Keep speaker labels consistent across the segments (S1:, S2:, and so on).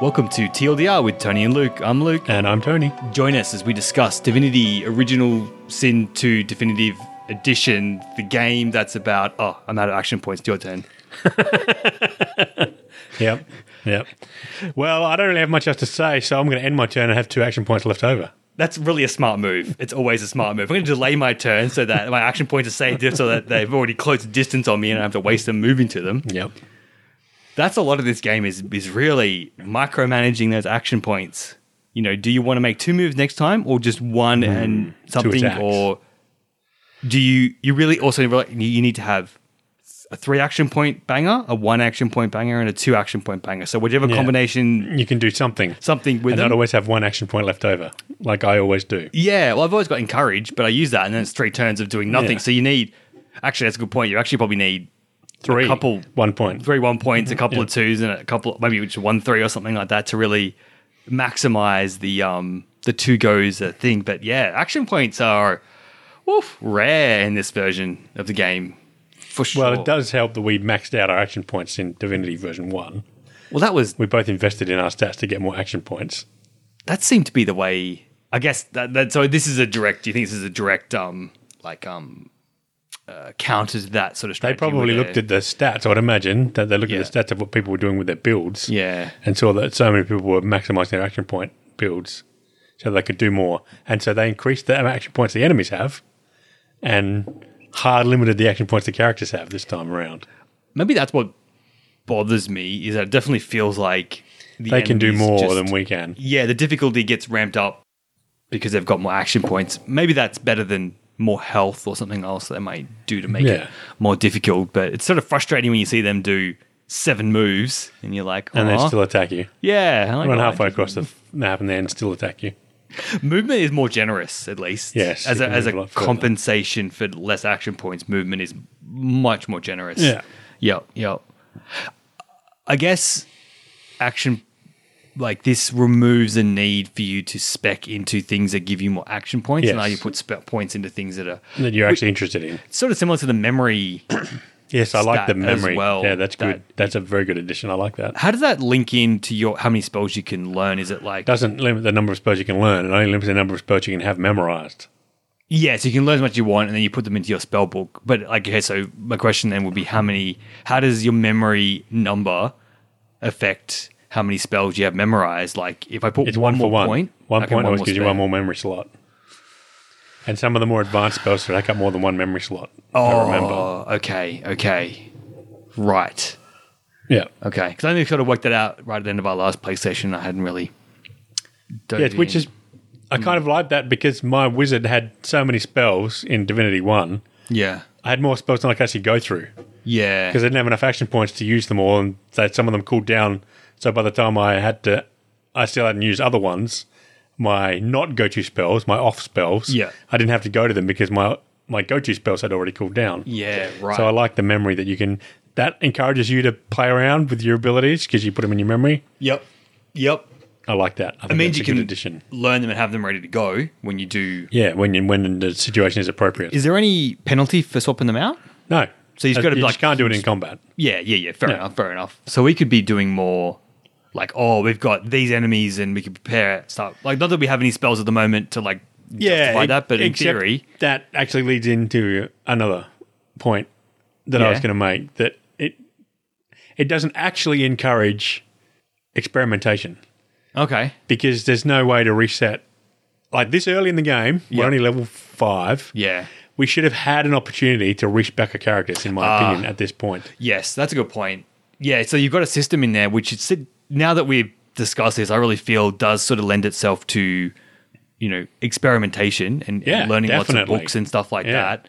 S1: Welcome to TLDR with Tony and Luke. I'm Luke.
S2: And I'm Tony.
S1: Join us as we discuss Divinity Original Sin 2 Definitive Edition, the game that's about. Oh, I'm out of action points. It's your turn.
S2: Yep. Yep. Well, I don't really have much else to say, so I'm going to end my turn and have two action points left over.
S1: That's really a smart move. It's always a smart move. I'm going to delay my turn so that my action points are saved so that they've already closed the distance on me and I have to waste them moving to them.
S2: Yep.
S1: that's a lot of this game is is really micromanaging those action points. You know, do you want to make two moves next time or just one and something
S2: Hmm. attacks.
S1: or do you you really also really- you need to have a three action point banger, a one action point banger and a two action point banger. So whichever
S2: Yeah.
S1: combination
S2: You can do something.
S1: something with
S2: and not
S1: them.
S2: always have one action point left over, like I always do.
S1: Yeah, well I've always got encouraged, but I use that and then it's three turns of doing nothing.
S2: Yeah.
S1: So you need actually that's a good point. You actually probably need
S2: Three.
S1: couple-
S2: One point.
S1: three one
S2: Mm-hmm.
S1: points, a couple of twos, and a couple maybe which one three or something like that to really maximize the um the two goes uh, thing. But yeah, action points are woof, rare in this version of the game for sure.
S2: Well, it does help that we maxed out our action points in Divinity version 1.
S1: Well, that was
S2: We both invested in our stats to get more action points.
S1: that seemed to be the way. I guess that, that so this is a direct. Do you think this is a direct um like um uh, counter to that sort of
S2: They
S1: strategy?
S2: probably looked at the stats, I'd imagine, that they looked
S1: Yeah.
S2: at the stats of what people were doing with their builds.
S1: yeah.
S2: and saw that so many people were maximizing their action point builds so they could do more. And so they increased the action points the enemies have and hard limited the action points the characters have this time around.
S1: Maybe that's what bothers me is that it definitely feels like the
S2: They can do
S1: enemies
S2: more
S1: just-
S2: than we can.
S1: yeah, the difficulty gets ramped up because they've got more action points. Maybe that's better than more health or something else they might do to make it
S2: Yeah.
S1: more difficult. But it's sort of frustrating when you see them do seven moves and you're like,
S2: And
S1: "Aw,
S2: they still attack you.
S1: yeah, I like
S2: Run
S1: that.
S2: halfway across the f- map and then still attack you.
S1: Movement is more generous, at least.
S2: Yes,
S1: as
S2: you
S1: a,
S2: can
S1: as
S2: move
S1: a
S2: a lot further.
S1: compensation for less action points, movement is much more generous.
S2: Yeah.
S1: yep, yep. I guess action like this removes the need for you to spec into things that give you more action points, and now
S2: Yes.
S1: you put spec points into things that are
S2: That you're actually interested in.
S1: sort of similar to the memory.
S2: Yes, I like the
S1: Stat as
S2: memory.
S1: well,
S2: yeah, that's
S1: that-
S2: good. That's a very good addition. I like that.
S1: How does that link into your how many spells you can learn? Is it like
S2: Doesn't limit the number of spells you can learn, it only limits the number of spells you can have memorized.
S1: Yeah, so you can learn as much as you want, and then you put them into your spell book. But like, okay, so my question then would be, how many? How does your memory number affect how many spells you have memorized? Like, if I put
S2: It's one,
S1: more
S2: for one.
S1: point,
S2: One
S1: I can
S2: point always
S1: more
S2: gives you
S1: spare.
S2: one more memory slot. And some of the more advanced spells take up more than one memory slot.
S1: Oh,
S2: I remember.
S1: okay, okay, right,
S2: Yeah.
S1: okay. Because I only sort of worked that out right at the end of our last play session. I hadn't really.
S2: Yeah,
S1: dove
S2: which
S1: in.
S2: is I
S1: Hmm.
S2: kind of like that because my wizard had so many spells in Divinity One.
S1: yeah,
S2: I had more spells than I could actually go through.
S1: yeah,
S2: Because I didn't have enough action points to use them all and so some of them cooled down. So by the time I had to I still hadn't used other ones, my not go to spells, my off spells.
S1: Yeah.
S2: I didn't have to go to them because my my go to spells had already cooled down.
S1: yeah, right.
S2: So I like the memory that you can. That encourages you to play around with your abilities because you put them in your memory.
S1: yep, yep.
S2: I like that. I think
S1: It means
S2: that's
S1: you
S2: a good
S1: can
S2: addition.
S1: learn them and have them ready to go when you do.
S2: Yeah, when you, when the situation is appropriate.
S1: Is there any penalty for swapping them out?
S2: no, Uh,
S1: So you've gotta be
S2: you
S1: like-
S2: just can't do it in combat.
S1: Yeah, yeah, yeah. Fair
S2: Yeah.
S1: enough. Fair enough. So we could be doing more like, oh, we've got these enemies and we can prepare it. Stuff like not that we have any spells at the moment to like justify that, but in
S2: except
S1: theory,
S2: that actually leads into another point that I was
S1: Yeah.
S2: going to make that it it doesn't actually encourage experimentation.
S1: okay,
S2: because there's no way to reset. Like this early in the game,
S1: Yeah.
S2: we're only level five.
S1: Yeah.
S2: We should have had an opportunity to reach back a characters, in my
S1: Ah.
S2: opinion, at this point.
S1: yes, that's a good point. Yeah, so you've got a system in there which it's now that we've discussed this, I really feel does sort of lend itself to you know experimentation and, and
S2: Yeah,
S1: learning lots
S2: definitely.
S1: of books and stuff like
S2: Yeah.
S1: that.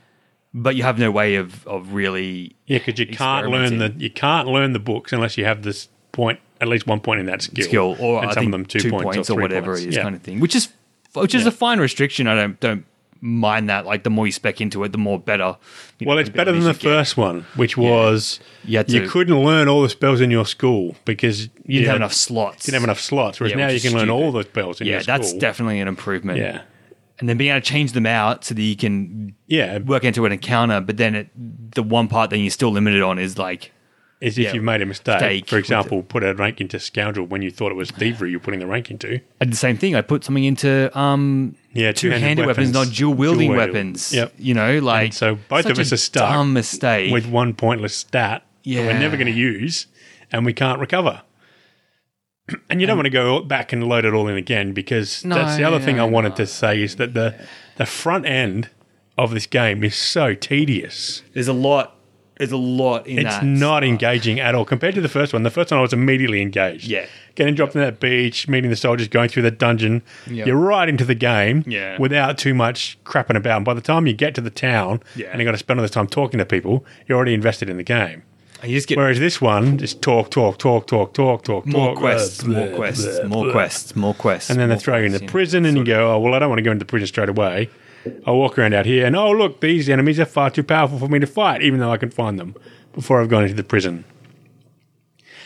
S1: But you have no way of of really
S2: Yeah, because you can't learn the you can't learn the books unless you have this point, at least one point in that skill,
S1: skill or
S2: and
S1: I
S2: some
S1: think
S2: of them two, points, or, three
S1: whatever
S2: points.
S1: it is
S2: Yeah.
S1: kind of thing which is which is
S2: Yeah.
S1: a fine restriction I don't don't mind that like the more you spec into it the more better you
S2: Well,
S1: know,
S2: it's better than the
S1: abilities you get.
S2: first one, which was
S1: You had
S2: you
S1: to-
S2: couldn't learn all the spells in your school because you
S1: you didn't have
S2: had-
S1: enough slots
S2: You didn't have enough slots. Whereas
S1: Yeah,
S2: now
S1: which
S2: you
S1: is
S2: can learn all the
S1: stupid.
S2: spells in
S1: yeah
S2: your school.
S1: that's definitely an improvement
S2: yeah,
S1: and then being able to change them out so that you can
S2: yeah.
S1: work into an encounter but then it, the one part that you're still limited on is like
S2: is if
S1: Yeah.
S2: you've made a mistake.
S1: Mistake
S2: for
S1: with
S2: example, put a rank into scoundrel when you thought it was thievery. You're putting the rank into.
S1: I did the same thing. I put something into um,
S2: Yeah,
S1: two-handed weapons, not dual wielding weapons.
S2: Yep.
S1: You know, like
S2: so both
S1: such
S2: of us
S1: a
S2: are stuck
S1: Dumb mistake.
S2: With one pointless stat that we're
S1: Yeah.
S2: never going to use, and we can't recover. And you don't want to go back and load it all in again because
S1: No,
S2: that's the other thing I
S1: no,
S2: wanted to say is that the the front end of this game is so tedious.
S1: there's a lot. There's a lot in
S2: It's
S1: that.
S2: not engaging at all compared to the first one. The first one, I was immediately engaged.
S1: Yeah.
S2: Getting dropped in that beach, meeting the soldiers, going through that dungeon.
S1: Yeah.
S2: You're right into the game
S1: Yeah.
S2: without too much crapping about. And by the time you get to the town
S1: Yeah.
S2: and you've got to spend all this time talking to people, you're already invested in the game.
S1: You just get
S2: Whereas this one, just talk, talk, talk, talk, talk, talk,
S1: more
S2: talk.
S1: quests,
S2: blah,
S1: more
S2: blah,
S1: quests,
S2: blah,
S1: more
S2: blah.
S1: quests, more quests,
S2: And then they
S1: more
S2: throw you
S1: quests,
S2: into
S1: know.
S2: prison and you go, oh, well, I don't want to go into prison straight away. I'll walk around out here and, oh, look, these enemies are far too powerful for me to fight, even though I can find them before I've gone into the prison.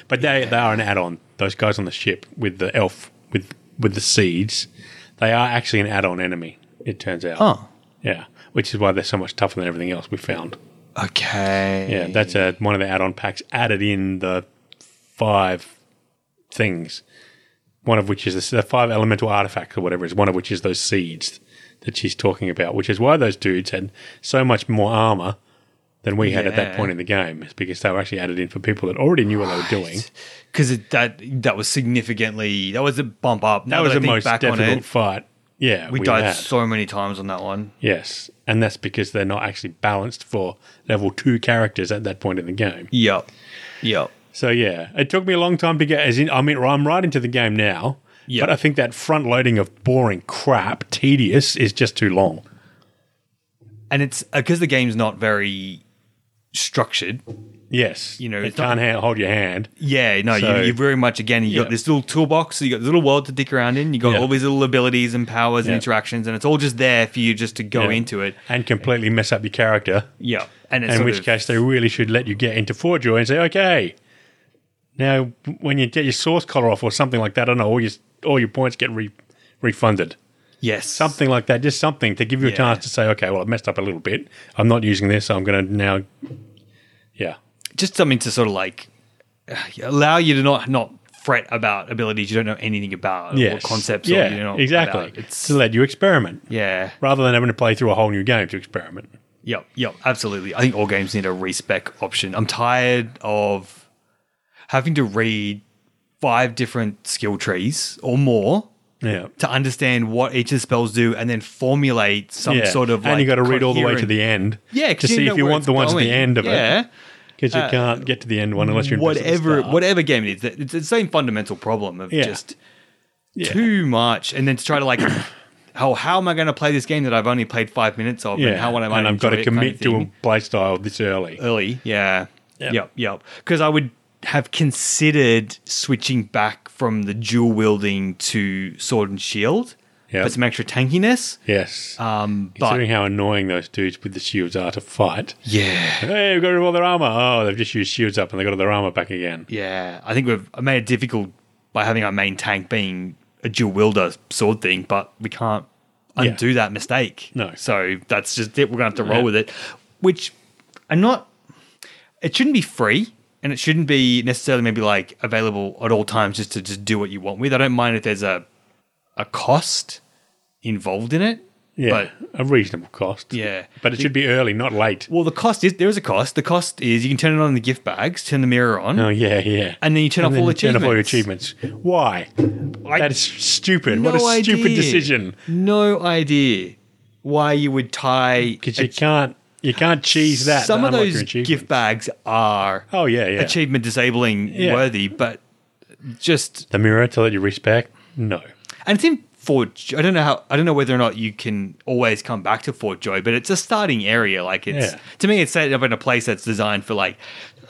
S2: But they, they are an add on. Those guys on the ship with the elf, with, with the seeds, they are actually an add on enemy, it turns out.
S1: Oh,
S2: Yeah. Which is why they're so much tougher than everything else we found.
S1: okay.
S2: Oh. Yeah, that's a, one of the add-on packs added in the five things. One of which is this- the five elemental artifacts or whatever it is. One of which is those seeds that she's talking about, which is why those dudes had so much more armor than we had at that
S1: Yeah.
S2: point in the game. Is because they were actually added in for people that already knew what they were doing.
S1: because that that was significantly that was a bump up.
S2: That
S1: Now
S2: was
S1: that I
S2: the
S1: think
S2: most
S1: back
S2: difficult
S1: on it,
S2: fight. Yeah,
S1: we died
S2: had.
S1: so many times on that one.
S2: yes, and that's because they're not actually balanced for level two characters at that point in the game.
S1: Yep, yep.
S2: So yeah, it took me a long time to get as in. I mean, I'm right into the game now,
S1: Yeah.
S2: but I think that front loading of boring crap, tedious, is just too long.
S1: And it's because the game's not very structured.
S2: Yes,
S1: You know,
S2: it
S1: it's not-
S2: can't ha- hold your hand.
S1: Yeah, no,
S2: So-
S1: you, you very much again. You
S2: Yeah.
S1: got this little toolbox, so you got this little world to dick around in. You got
S2: Yeah.
S1: all these little abilities and powers
S2: Yeah.
S1: and interactions, and it's all just there for you just to go
S2: Yeah.
S1: into it.
S2: and completely mess up your character.
S1: Yeah, and it's
S2: In
S1: sort
S2: which
S1: of-
S2: case, they really should let you get into Forgejoy and say, okay, now when you get your source color off or something like that, I don't know, all your all your points get re- refunded.
S1: yes,
S2: something like that, just something to give you a
S1: Yeah.
S2: chance to say, okay, well, I've messed up a little bit. I'm not using this, so I'm going to now, yeah,
S1: just something to sort of like uh, allow you to not not fret about abilities you don't know anything about or
S2: yes.
S1: concepts
S2: yeah,
S1: or you know
S2: exactly.
S1: about. it's
S2: to let you experiment
S1: yeah
S2: rather than having to play through a whole new game to experiment.
S1: yep yep absolutely i think all games need a respec option i'm tired of having to read five different skill trees or more
S2: Yeah,
S1: to understand what each of the spells do and then formulate some
S2: yeah.
S1: sort of
S2: and you
S1: like
S2: got to read all the way to
S1: coherent-
S2: the end,
S1: yeah
S2: to
S1: 'cause
S2: see
S1: know
S2: if you
S1: where
S2: want
S1: it's
S2: the ones at
S1: going.
S2: the end of it
S1: yeah Uh,
S2: because you can't get to the end one unless you're invested at the
S1: whatever
S2: start.
S1: whatever game it is it's the same fundamental problem of
S2: Yeah.
S1: just
S2: Yeah.
S1: too much and then to try to like how how am i going to play this game that i've only played five minutes of
S2: Yeah,
S1: and how would i
S2: and I've got to
S1: enjoy it kind
S2: commit
S1: of
S2: to a
S1: thing? Uh,
S2: play style this early.
S1: early yeah
S2: Yep.
S1: yep yep because i would have considered switching back from the dual wielding to sword and shield
S2: Yep.
S1: for some extra tankiness
S2: yes,
S1: um but
S2: considering how annoying those dudes with the shields are to fight.
S1: yeah
S2: Hey, we've got rid of all their armor. Oh, they've just used shields up and they got all their armor back again.
S1: yeah i think we've made it difficult by having our main tank being a dual wielder sword thing but we can't
S2: Yeah.
S1: undo that mistake
S2: No.
S1: so that's just it we're gonna have to roll
S2: Yeah.
S1: with it which i'm not it shouldn't be free and it shouldn't be necessarily maybe like available at all times just to just do what you want with i don't mind if there's a a cost involved in it
S2: Yeah,
S1: but
S2: a reasonable cost.
S1: yeah
S2: but it should be early, not late.
S1: well the cost is there is a cost the cost is you can turn it on in the gift bags turn the mirror on
S2: Oh yeah, yeah.
S1: and then you turn off
S2: then
S1: all
S2: you turn
S1: achievements
S2: off all your achievements. Why?
S1: I-
S2: that is stupid. what a stupid
S1: idea.
S2: decision.
S1: No idea why you would tie.
S2: Because you can't you can't cheese that. to
S1: Some of
S2: unlock your
S1: those
S2: achievement.
S1: gift bags are
S2: Oh yeah, yeah.
S1: achievement disabling
S2: Yeah.
S1: worthy, but just
S2: the mirror to let you reach back. No.
S1: and it's in Forge. I don't know how. I don't know whether or not you can always come back to Fort Joy, but it's a starting area. Like it's
S2: Yeah.
S1: to me, it's set up in a place that's designed for like.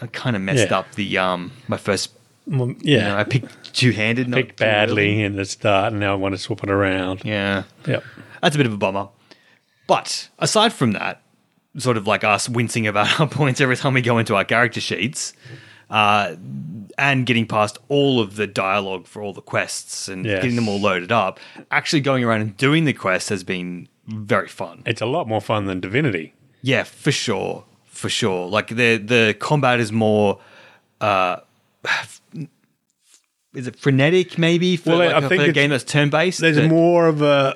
S1: I kind of messed
S2: Yeah.
S1: up the um my first.
S2: Well,
S1: You
S2: yeah.
S1: know, I picked two handed.
S2: Picked badly in the start, and now I want to swap it around.
S1: Yeah.
S2: Yep.
S1: That's a bit of a bummer. But aside from that, sort of like us wincing about our points every time we go into our character sheets, uh, and getting past all of the dialogue for all the quests and
S2: Yes.
S1: getting them all loaded up, actually going around and doing the quests has been very fun.
S2: It's a lot more fun than Divinity.
S1: Yeah, for sure, for sure. Like the the combat is more uh, is it frenetic maybe for,
S2: Well, I-
S1: like,
S2: I
S1: for
S2: think
S1: a
S2: it's-
S1: game that's turn based?
S2: There's more of a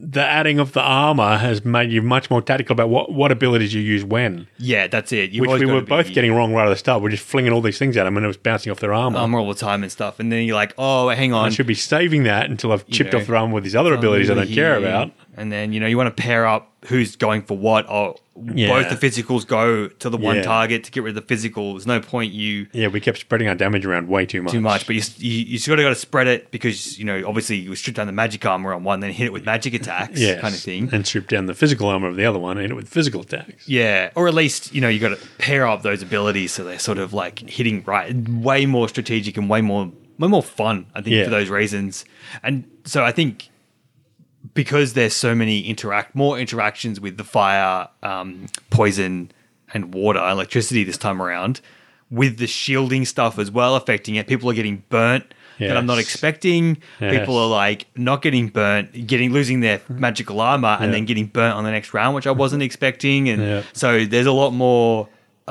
S2: the adding of the armor has made you much more tactical about what, what abilities you use when,
S1: Yeah, that's it. You've
S2: which
S1: always
S2: we
S1: gotta
S2: were
S1: be
S2: both getting wrong right at the start. We're just flinging all these things at them, and it was bouncing off their armor.
S1: armor all the time and stuff, and then you're like, oh, hang
S2: I
S1: on,
S2: should be saving that until I've chipped
S1: know,
S2: off their armor with these other abilities I don't care about.
S1: And then you know you want to pair up who's going for what. Or
S2: Yeah.
S1: both the physicals go to the one
S2: Yeah.
S1: target to get rid of the physical. There's no point you
S2: Yeah, we kept spreading our damage around way too much.
S1: too much, but you you, you sort of got to spread it because you know obviously you strip down the magic armor on one, then hit it with magic attacks,
S2: Yes.
S1: kind of thing.
S2: And strip down the physical armor of the other one and hit it with physical attacks.
S1: Yeah, or at least you know you got to pair up those abilities so they're sort of like hitting right, way more strategic and way more way more fun. I think
S2: Yeah.
S1: for those reasons, and so I think because there's so many interact more interactions with the fire, um, poison, and water electricity this time around, with the shielding stuff as well affecting it. People are getting burnt. That I'm not
S2: Yes.
S1: expecting.
S2: Yes.
S1: People are like not getting burnt, getting losing their magical armor, and
S2: Mm-hmm. Yeah. Mm-hmm.
S1: then getting burnt on the next round, which I wasn't expecting. And
S2: Yeah.
S1: so there's a lot more uh,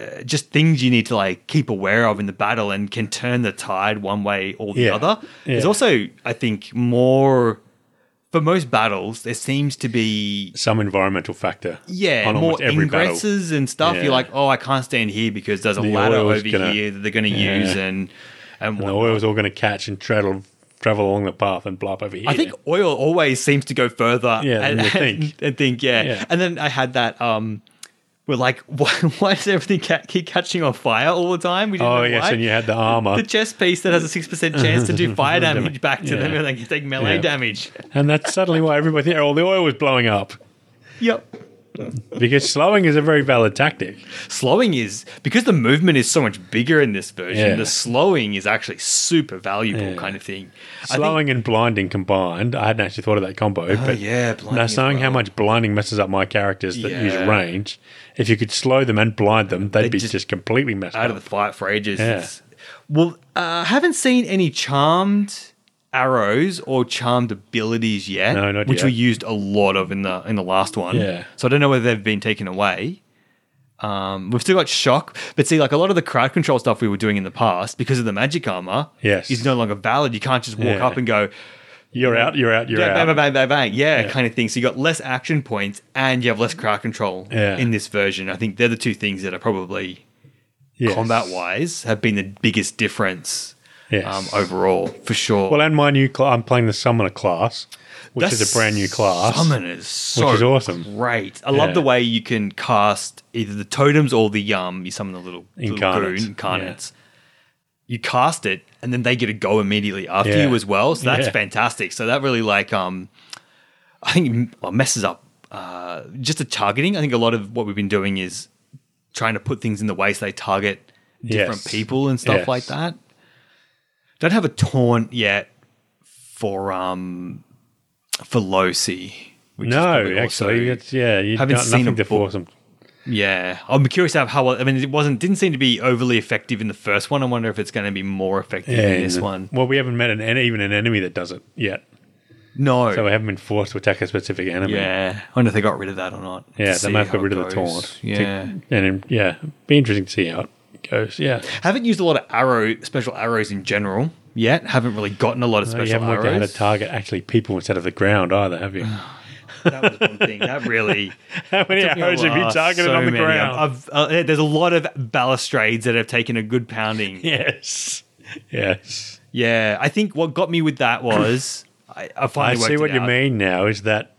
S1: uh, just things you need to like keep aware of in the battle and can turn the tide one way or the
S2: Yeah.
S1: other. There's
S2: Yeah.
S1: also, I think, more for most battles. There seems to be
S2: Some environmental factor.
S1: yeah
S2: on
S1: more
S2: almost every battle.
S1: ingresses and stuff.
S2: Yeah.
S1: You're like, oh, I can't stand here because there's a
S2: The
S1: ladder
S2: oil's
S1: over
S2: gonna-
S1: here that they're going to
S2: Yeah.
S1: use and and
S2: The
S1: what.
S2: oil's all going to catch and travel travel along the path and blow up over here.
S1: I think oil always seems to go further.
S2: Yeah, than
S1: and,
S2: you think.
S1: and think, yeah.
S2: Yeah.
S1: And then I had that. um we're like, why, why does everything ca- keep catching on fire all the time? We didn't
S2: Oh
S1: know
S2: yes,
S1: why.
S2: and you had the armor,
S1: the chess piece that has a six percent chance to do fire damage back to them,
S2: Yeah.
S1: and they can take melee
S2: Yeah.
S1: damage.
S2: and that's suddenly why everybody there, all the oil was blowing up
S1: Yep.
S2: because slowing is a very valid tactic.
S1: Slowing is because the movement is so much bigger in this version.
S2: Yeah.
S1: The slowing is actually super valuable,
S2: Yeah.
S1: kind of thing. I think, Oh,
S2: Slowing and blinding combined. I hadn't actually thought of that combo, but
S1: yeah, blinding
S2: now
S1: as
S2: knowing how
S1: well.
S2: much blinding messes up my characters that use
S1: Yeah.
S2: range, if you could slow them and blind them, they'd,
S1: They'd
S2: be
S1: just-
S2: just, completely messed
S1: out
S2: up.
S1: of the fight for ages.
S2: Yeah.
S1: It's- Well, uh, I haven't seen any charmed arrows or charmed abilities yet,
S2: No, not
S1: which
S2: yet.
S1: were used a lot of in the in the last one.
S2: Yeah.
S1: So I don't know whether they've been taken away. Um, we've still got shock, but see, like a lot of the crowd control stuff we were doing in the past because of the magic armor,
S2: Yes.
S1: is no longer valid. You can't just walk
S2: Yeah.
S1: up and go
S2: you're out. You're out. You're
S1: bang,
S2: out.
S1: bang, bang, bang, bang, yeah, kind of thing. So you got less action points and you have less crowd control
S2: Yeah.
S1: in this version. I think they're the two things that are probably
S2: Yes.
S1: combat wise have been the biggest difference
S2: Yes.
S1: um, overall for sure.
S2: Well, and my new cl- I'm playing the summoner class, which
S1: That
S2: is a brand new class.
S1: Summon is so
S2: is awesome.
S1: Great. I love
S2: Yeah.
S1: the way you can cast either the totems or the um. You summon the little little
S2: Incarnates,
S1: goon incarnates. You cast it, and then they get a go immediately after
S2: Yeah.
S1: you as well. So that's
S2: Yeah.
S1: fantastic. So that really like um, I think m- well, messes up uh, just the targeting. I think a lot of what we've been doing is trying to put things in the way so they target different
S2: Yes.
S1: people and stuff
S2: Yes.
S1: like that. Don't have a taunt yet for um for Losi. Which is
S2: No,
S1: probably
S2: actually,
S1: also-
S2: it's, yeah, you
S1: Haven't
S2: haven't
S1: seen
S2: seen
S1: a
S2: nothing to
S1: book.
S2: force them.
S1: yeah. I'm curious how how well- I mean it wasn't didn't seem to be overly effective in the first one. I wonder if it's going to be more effective in this one.
S2: Well, we haven't met an en- even an enemy that does it yet,
S1: No.
S2: so we haven't been forced to attack a specific enemy.
S1: yeah. I wonder if they got rid of that or not.
S2: Yeah,
S1: To
S2: they
S1: see
S2: might have
S1: how
S2: got rid
S1: it
S2: of the
S1: goes.
S2: taunt. To-
S1: Yeah.
S2: and um, yeah, be interesting to see how it goes. Yeah,
S1: haven't used a lot of arrow special arrows in general yet. Haven't really gotten a lot of
S2: No,
S1: special
S2: Oh, you haven't worked out how to
S1: arrows.
S2: target actually people instead of the ground either, have you?
S1: that was one thing. That really
S2: how many arrows have you
S1: Oh,
S2: targeted
S1: so
S2: on the
S1: many.
S2: ground?
S1: I've, uh, there's a lot of balustrades that have taken a good pounding. Yeah,
S2: yes, yes.
S1: I think what got me with that was I, I
S2: I
S1: finally
S2: see
S1: worked
S2: what
S1: it
S2: you
S1: out.
S2: mean now. Is that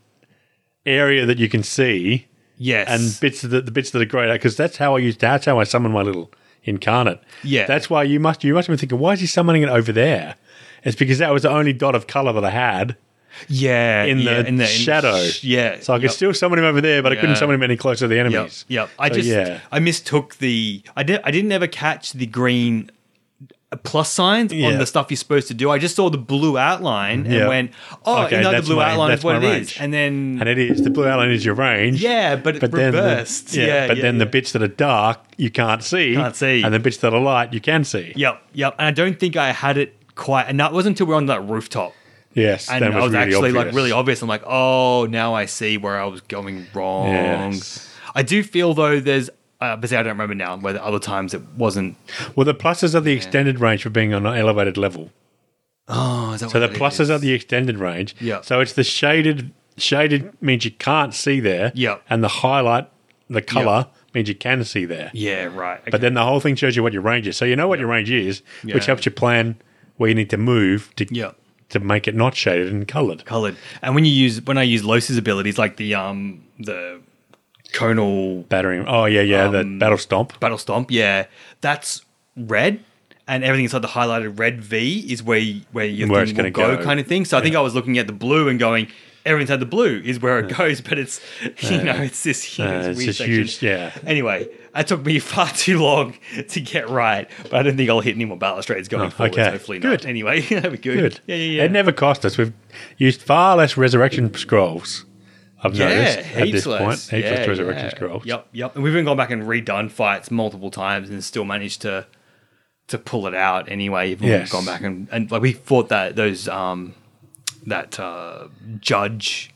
S2: area that you can see
S1: Yes,
S2: and bits of the, the bits that are grayed out because that's how I used that's how I summon my little incarnate.
S1: Yeah.
S2: that's why you must you must have been thinking why is he summoning it over there? It's because that was the only dot of color that I had
S1: yeah,
S2: in
S1: yeah,
S2: the shadow.
S1: sh- yeah,
S2: so I could
S1: yep,
S2: still summon him over there, but I
S1: Yeah.
S2: couldn't summon him any closer to the
S1: Yep,
S2: enemies.
S1: yep. I
S2: So,
S1: just
S2: yeah.
S1: I mistook the I did I didn't ever catch the green uh, plus signs on
S2: Yeah.
S1: the stuff you're supposed to do. I just saw the blue outline and
S2: Yeah.
S1: went, oh,
S2: Okay,
S1: you know the
S2: that's
S1: blue
S2: my-
S1: outline is
S2: that's
S1: what it
S2: my
S1: is,
S2: range.
S1: and then
S2: and it is the blue outline is your range.
S1: yeah, but it reversed.
S2: Then the,
S1: yeah,
S2: but
S1: yeah,
S2: then the
S1: yeah.
S2: bits that are dark you can't see.
S1: Can't see.
S2: And the bits that are light you can see.
S1: Yep, yep. And I don't think I had it quite. And that wasn't until we were on that rooftop,
S2: Yes,
S1: and
S2: that
S1: I was
S2: really
S1: actually like
S2: obvious.
S1: really obvious. I'm like, oh, now I see where I was going wrong.
S2: Yes.
S1: I do feel though, there's. I uh, but see, I don't remember now whether other times it wasn't.
S2: Well, the pluses are the extended range for being on an elevated level.
S1: Oh, is that
S2: So the
S1: what that
S2: pluses
S1: is?
S2: are the extended range.
S1: Yeah.
S2: So it's the shaded. Shaded means you can't see there.
S1: Yeah.
S2: And the highlight, the color, means you can see there.
S1: Yeah, right.
S2: But then the whole thing shows you what your range is. So you know what your range is,
S1: Yeah.
S2: which helps you plan where you need to move to
S1: Yeah.
S2: to make it not shaded and coloured.
S1: colored. And when you use when I use Los's abilities, like the um the conal
S2: Battering. Oh yeah, yeah.
S1: Um,
S2: the battle stomp.
S1: battle stomp, yeah, that's red, and everything inside the highlighted red V is where y- where your
S2: Where
S1: thing
S2: it's
S1: will
S2: gonna
S1: go,
S2: go.
S1: kind of thing. So I think I was looking at the blue and going. Everything inside the blue is where it goes, but it's you know it's this huge,
S2: Uh, it's
S1: weird
S2: just
S1: section.
S2: huge. Yeah.
S1: Anyway, that took me far too long to get right, but I don't think I'll hit any more balustrades going forward.
S2: Oh, okay.
S1: Hopefully
S2: Good.
S1: not. Anyway, that'd be good.
S2: Good.
S1: Yeah, yeah, yeah.
S2: It never cost us. We've used far less resurrection scrolls. I've noticed at this point.
S1: less.
S2: Heaps less
S1: Yeah,
S2: resurrection
S1: yeah.
S2: scrolls.
S1: Yep, yep. And we've even gone back and redone fights multiple times and still managed to to pull it out anyway. Even when we've
S2: Yes.
S1: gone back and, and like we fought that those um that uh judge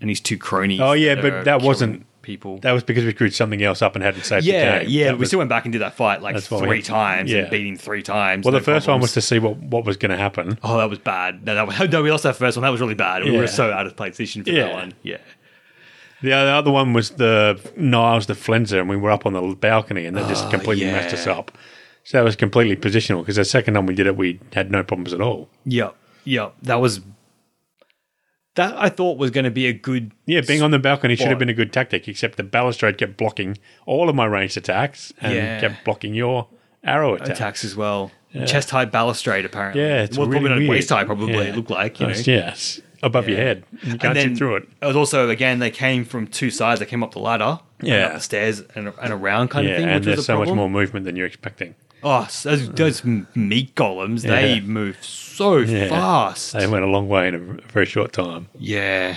S1: and his two cronies.
S2: Oh, yeah, but
S1: are
S2: that wasn't-
S1: killing people.
S2: That was because we screwed something else up and hadn't saved
S1: yeah,
S2: the game.
S1: yeah.
S2: That
S1: but we
S2: was-
S1: still went back and did that fight like
S2: That's what
S1: three
S2: we-
S1: times
S2: yeah.
S1: and beat him three times.
S2: well,
S1: no
S2: the first one was
S1: problems.
S2: to see what, what was going to happen.
S1: Oh, that was bad. No, that was, no, we lost that first one. That was really bad. We
S2: Yeah.
S1: were so out of position for
S2: Yeah.
S1: that one. Yeah.
S2: The other- the other one was the knives, the flenser, and we were up on the balcony, and that just
S1: Oh,
S2: completely
S1: yeah.
S2: messed us up. So that was completely positional because the second time we did it, we had no problems at all.
S1: Yep. Yep. That was that I thought was going to be a good.
S2: Yeah, being on the balcony should have
S1: Spot.
S2: been a good tactic, except the balustrade kept blocking all of my ranged attacks and
S1: Yeah.
S2: kept blocking your arrow attack.
S1: attacks as well. Chest high balustrade apparently.
S2: Yeah, it's
S1: well,
S2: really
S1: probably
S2: weird.
S1: not waist high. Probably
S2: Yeah.
S1: it looked like you know.
S2: Nice, Yes, above your head. You can't see through it.
S1: was also again they came from two sides. They came up the ladder, and
S2: Yeah.
S1: up the stairs and, and around kind
S2: Yeah,
S1: of thing.
S2: and
S1: which
S2: there's
S1: was a
S2: so
S1: problem.
S2: much more movement than you're expecting.
S1: Oh, s- those, those m- meat golems
S2: Yeah.
S1: they move so
S2: Yeah.
S1: fast.
S2: They went a long way in a very short time.
S1: Yeah,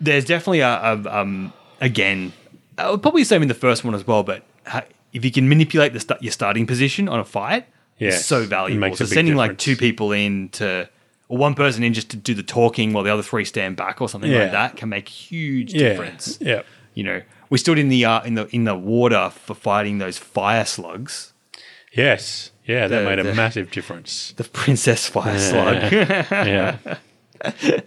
S1: there's definitely a, a um again, I would probably same in the first one as well. But ha- if you can manipulate the sta- your starting position on a fight,
S2: Yes,
S1: it's so
S2: it
S1: valuable.
S2: makes a
S1: so
S2: big
S1: sending like
S2: difference.
S1: two people in to or one person in just to do the talking while the other three stand back or something
S2: Yeah.
S1: like that can make huge
S2: Yeah,
S1: difference.
S2: yeah.
S1: You know, we stood in the uh, in the in the water for fighting those fire slugs.
S2: Yes, yeah, that
S1: The-
S2: made a
S1: the-
S2: massive difference.
S1: The princess fire slug.
S2: yeah,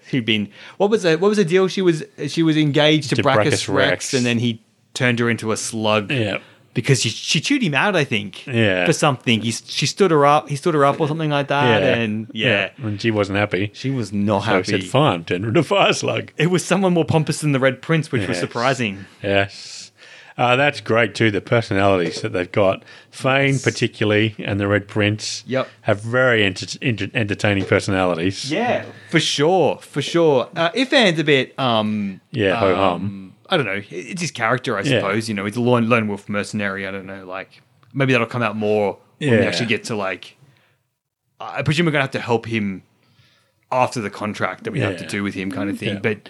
S1: who'd been what was the what was the deal? She was she was engaged to,
S2: To
S1: Brachus,
S2: Brachus
S1: Rex,
S2: Rex.
S1: and then he turned her into a slug.
S2: Yeah.
S1: Because she, she chewed him out, I think.
S2: Yeah.
S1: For something. He, she stood her up. He stood her up or something like that. And yeah,
S2: And she wasn't happy.
S1: She was not
S2: So I
S1: happy.
S2: said, "Fine, turn her into a fire slug."
S1: it was someone more pompous than the Red Prince, which was
S2: Yes.
S1: surprising.
S2: Yes. Uh, that's great too. The personalities that they've got, Fane particularly, and the Red Prince,
S1: Yep.
S2: have very enter- enter- entertaining personalities.
S1: Yeah. For sure. For sure. Uh, Ifan's a bit um
S2: Yeah, ho hum.
S1: um, I don't know. It- It's his character, I suppose. You know, he's a lone, lone wolf mercenary. I don't know. Like, maybe that'll come out more when we
S2: Yeah.
S1: actually get to like. I I presume we're gonna have to help him after the contract that we have to
S2: Yeah.
S1: do with him, kind of thing.
S2: Yeah.
S1: But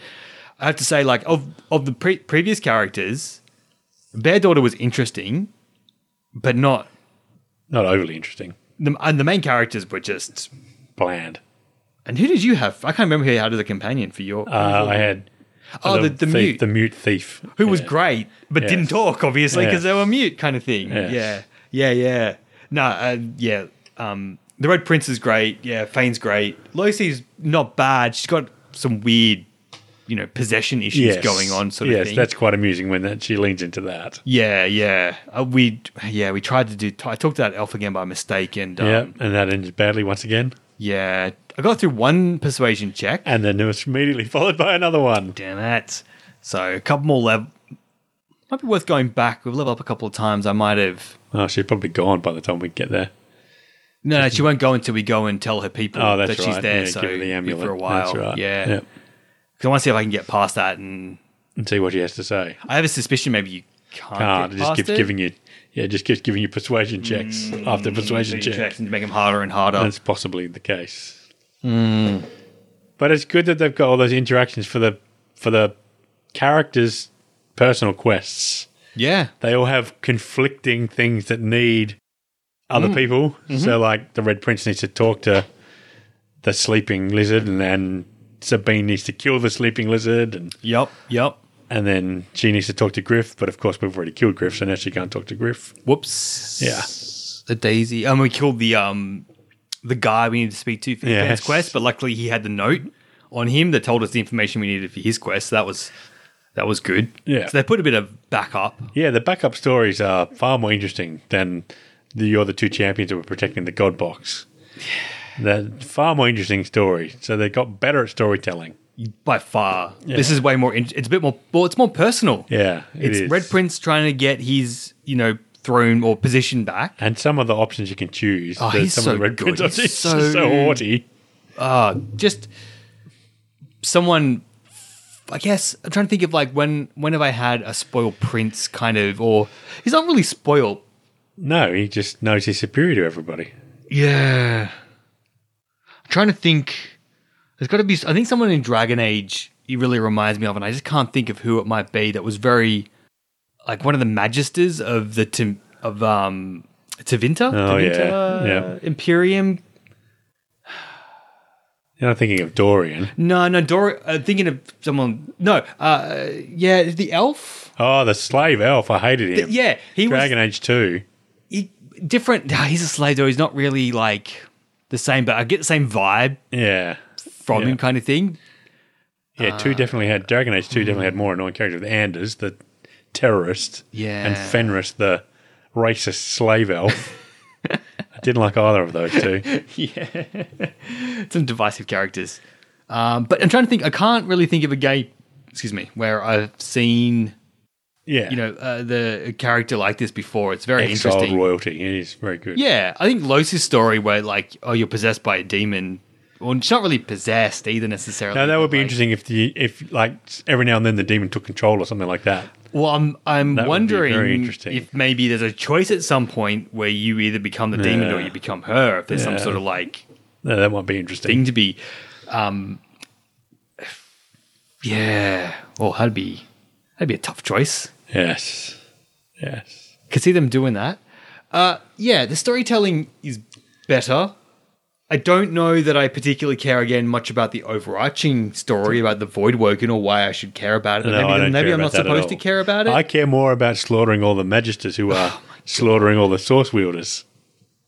S1: I have to say, like, of of the pre- previous characters, Bear Daughter was interesting, but not.
S2: Not overly interesting.
S1: The, and the main characters were just.
S2: Bland.
S1: And who did you have? I can't remember who you had as a companion for your.
S2: Uh, I had
S1: Oh, the- the
S2: thief,
S1: mute.
S2: the mute thief,
S1: who was
S2: Yeah.
S1: great but
S2: Yes.
S1: didn't talk, obviously, because
S2: Yes.
S1: they were mute, kind of thing.
S2: Yes.
S1: Yeah, yeah, yeah. No, uh, yeah. Um, the Red Prince is great. Yeah, Fane's great. Loisi's not bad. She's got some weird, you know, possession issues
S2: Yes.
S1: going on, sort
S2: yes,
S1: of thing.
S2: that's quite amusing when that she leans into that.
S1: yeah, yeah. Uh, we yeah we tried to do. I talked to that elf again by mistake, and um,
S2: yeah, and that ends badly once again.
S1: yeah, I got through one persuasion check.
S2: And then it was immediately followed by another one.
S1: Damn it. So a couple more level. Might be worth going back. We've leveled up a couple of times. I might have
S2: Oh, she's probably gone by the time we get there.
S1: No, no, she won't go until we go and tell her people
S2: Oh, that's
S1: that
S2: right.
S1: she's there.
S2: Yeah,
S1: so
S2: give her the amulet.
S1: for a while,
S2: That's right.
S1: yeah.
S2: Yeah.
S1: 'Cause I want to see if I can get past that, and
S2: And see what she has to say.
S1: I have a suspicion maybe you can't.
S2: card.
S1: get
S2: It Ah, just
S1: past
S2: keeps
S1: it.
S2: giving you, yeah, it just keeps giving you persuasion checks after
S1: So
S2: Mm, persuasion
S1: you
S2: checks.
S1: check and make them harder and harder.
S2: That's possibly the case. But it's good that they've got all those interactions for the for the characters' personal quests.
S1: yeah,
S2: They all have conflicting things that need other people. So, like the Red Prince needs to talk to the sleeping lizard, and then Sabine needs to kill the sleeping lizard, and
S1: yep, yep.
S2: And then she needs to talk to Griff, but of course we've already killed Griff, so now she can't talk to Griff.
S1: Whoops.
S2: Yeah.
S1: The Daisy. Um, we killed the um, the guy we needed to speak to for
S2: Yes.
S1: Dan's quest, but luckily he had the note on him that told us the information we needed for his quest. So that was that was good.
S2: Yeah.
S1: So they put a bit of backup.
S2: Yeah, the backup stories are far more interesting than the, you're the two champions that were protecting the God Box. They're far more interesting story. So they got better at storytelling.
S1: by far. This is way more. In- it's a bit more. Well, it's more personal.
S2: Yeah, it
S1: it's
S2: is.
S1: Red Prince trying to get his you know throne or position back.
S2: And some of the options you can choose.
S1: Oh,
S2: the-
S1: he's
S2: some
S1: so
S2: of the Red
S1: good.
S2: Prince
S1: He's
S2: options
S1: so-
S2: are so haughty.
S1: Just someone. I guess I'm trying to think of like when when have I had a spoiled prince kind of or he's not really spoiled.
S2: No, he just knows he's superior to everybody.
S1: Yeah. I'm trying to think. There's got to be. I think someone in Dragon Age he really reminds me of, and I just can't think of who it might be. That was very, like one of the magisters of the Tim, of um Tevinter.
S2: Oh, yeah.
S1: Tevinter
S2: Yeah.
S1: Imperium.
S2: You're not thinking of Dorian.
S1: No, no. Dor. Uh, thinking of someone. No. Uh, yeah, the elf.
S2: Oh, the slave elf. I hated him.
S1: Yeah, he was
S2: Dragon Age 2.
S1: he, different. Ah, he's a slave though. He's not really like the same, but I get the same vibe
S2: Yeah.
S1: from
S2: Yeah.
S1: him, kind of thing.
S2: Yeah,
S1: Um,
S2: 2 definitely had, Dragon Age 2 definitely had more annoying characters. Anders, the terrorist.
S1: Yeah.
S2: And Fenris, the racist slave elf. I didn't like either of those two.
S1: yeah. Some divisive characters. Um, but I'm trying to think. I can't really think of a game, excuse me, where I've seen
S2: Yeah.
S1: you know uh, the a character like this before. It's very
S2: Exiled
S1: interesting.
S2: royalty. It is very good.
S1: Yeah, I think Los's story where like oh you're possessed by a demon. Well, it's not really possessed either necessarily.
S2: Now that would be
S1: but, like-
S2: interesting if the if like every now and then the demon took control or something like that.
S1: Well, I'm I'm
S2: That would be very
S1: wondering
S2: interesting.
S1: if maybe there's a choice at some point where you either become the demon or
S2: Yeah.
S1: you become her. If there's some
S2: Yeah.
S1: sort of like
S2: No, that might be interesting.
S1: thing to be. Um, yeah, well, that'd be that'd be a tough choice.
S2: Yes. Yes.
S1: Could see them doing that. Uh, yeah, the storytelling is better. I don't know that I particularly care again much about the overarching story about the Void Woken or why I should care about it.
S2: No, I
S1: maybe
S2: don't
S1: maybe
S2: care
S1: I'm
S2: about
S1: not
S2: that at
S1: supposed to
S2: all.
S1: care about it. Oh
S2: I care more about slaughtering all the magisters who are slaughtering all the source wielders.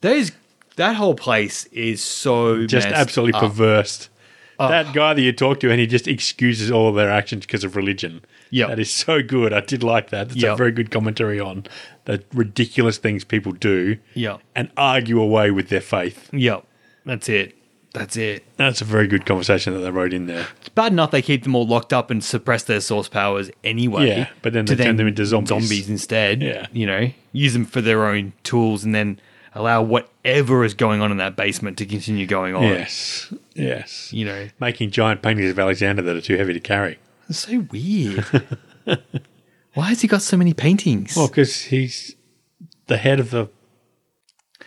S1: There's that whole place is so
S2: Just
S1: messed
S2: absolutely
S1: up. Oh.
S2: perverse. That guy that you talk to and he just excuses all their actions because of religion.
S1: Yep.
S2: That is so good. I did like that. That's
S1: Yep.
S2: a very good commentary on the ridiculous things people do
S1: Yep.
S2: and argue away with their faith.
S1: Yep, that's it. That's it.
S2: That's a very good conversation that they wrote in there.
S1: bad enough they keep them all locked up and suppress their source powers anyway.
S2: Yeah, but then they turn them into zombies.
S1: instead.
S2: Yeah.
S1: you know, use them for their own tools and then allow whatever is going on in that basement to continue going on.
S2: Yes. Yes.
S1: You know,
S2: Making giant paintings of Alexander that are too heavy to carry.
S1: it's so weird. Why has he got so many paintings?
S2: Well, because he's the head of the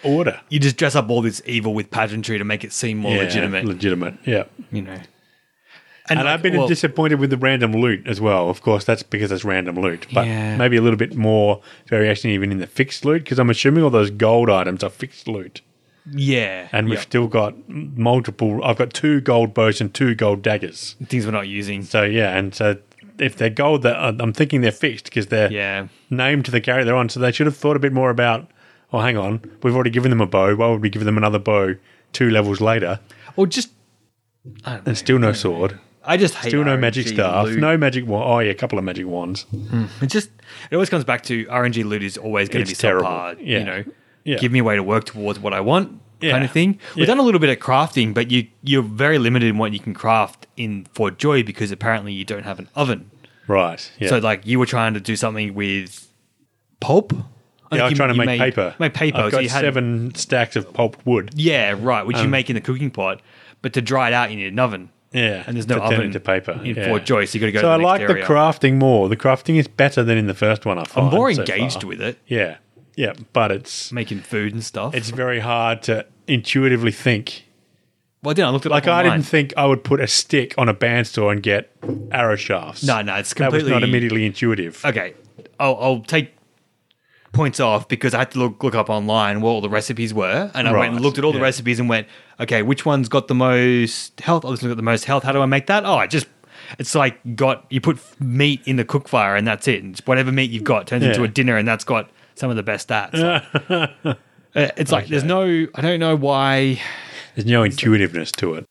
S2: order.
S1: you just dress up all this evil with pageantry to make it seem more
S2: Yeah,
S1: legitimate.
S2: Legitimate, yeah.
S1: you know.
S2: And,
S1: like,
S2: I've been
S1: well-
S2: disappointed with the random loot as well. Of course, that's because it's random loot, but
S1: Yeah.
S2: maybe a little bit more variation even in the fixed loot because I'm assuming all those gold items are fixed loot.
S1: Yeah.
S2: And we've
S1: yeah.
S2: still got m- multiple. I've got two gold bows and two gold daggers.
S1: things we're not using.
S2: So, yeah. And so if they're gold, they're, I'm thinking they're fixed because they're
S1: Yeah.
S2: name to the character they're on. So they should have thought a bit more about, oh, hang on, we've already given them a bow. Why would we give them another bow two levels later?
S1: Or just I don't know.
S2: And still no sword,
S1: I just hate
S2: still no
S1: RNG
S2: magic staff,
S1: loot.
S2: no magic wand. Oh, yeah, a couple of magic wands.
S1: It just it always comes back to RNG loot is always going to
S2: It's
S1: be
S2: terrible.
S1: subpar.
S2: Yeah.
S1: You know,
S2: Yeah.
S1: give me a way to work towards what I want, kind
S2: Yeah.
S1: of thing. We've
S2: Yeah.
S1: done a little bit of crafting, but you you're very limited in what you can craft in Fort Joy because apparently you don't have an oven.
S2: Right. Yeah.
S1: So like you were trying to do something with pulp.
S2: yeah, I was trying to make
S1: made,
S2: paper.
S1: Make paper.
S2: I've
S1: so
S2: got
S1: you had,
S2: seven Um, stacks of pulped wood.
S1: Yeah, right. Which you make in the cooking pot, but to dry it out, you need an oven.
S2: Yeah.
S1: and there's no
S2: to
S1: oven
S2: turn into paper.
S1: in
S2: yeah.
S1: Fort Joy, so you got to go.
S2: So
S1: to the
S2: I
S1: next
S2: like the
S1: area.
S2: crafting more. The crafting is better than in the first one. I find
S1: I'm more
S2: so
S1: engaged
S2: far.
S1: with it,
S2: Yeah, yeah, but it's
S1: making food and stuff.
S2: it's very hard to intuitively think
S1: well, then I looked at
S2: Like I didn't think I would put a stick on a bandsaw and get arrow shafts.
S1: No, no, it's
S2: that was
S1: completely Uh,
S2: not immediately intuitive.
S1: okay. I'll, I'll take points off because I had to look look up online what all the recipes were, and I went
S2: Right,
S1: and looked at all the
S2: yeah.
S1: recipes and went, okay, which one's got the most health? Oh, this one's got the most health. How do I make that? Oh, I just it's like got you put f- meat in the cook fire and that's it. And whatever meat you've got turns into
S2: Yeah.
S1: a dinner, and that's got some of the best stats. Like, uh, it's like there's no, I don't know why.
S2: There's no intuitiveness to it.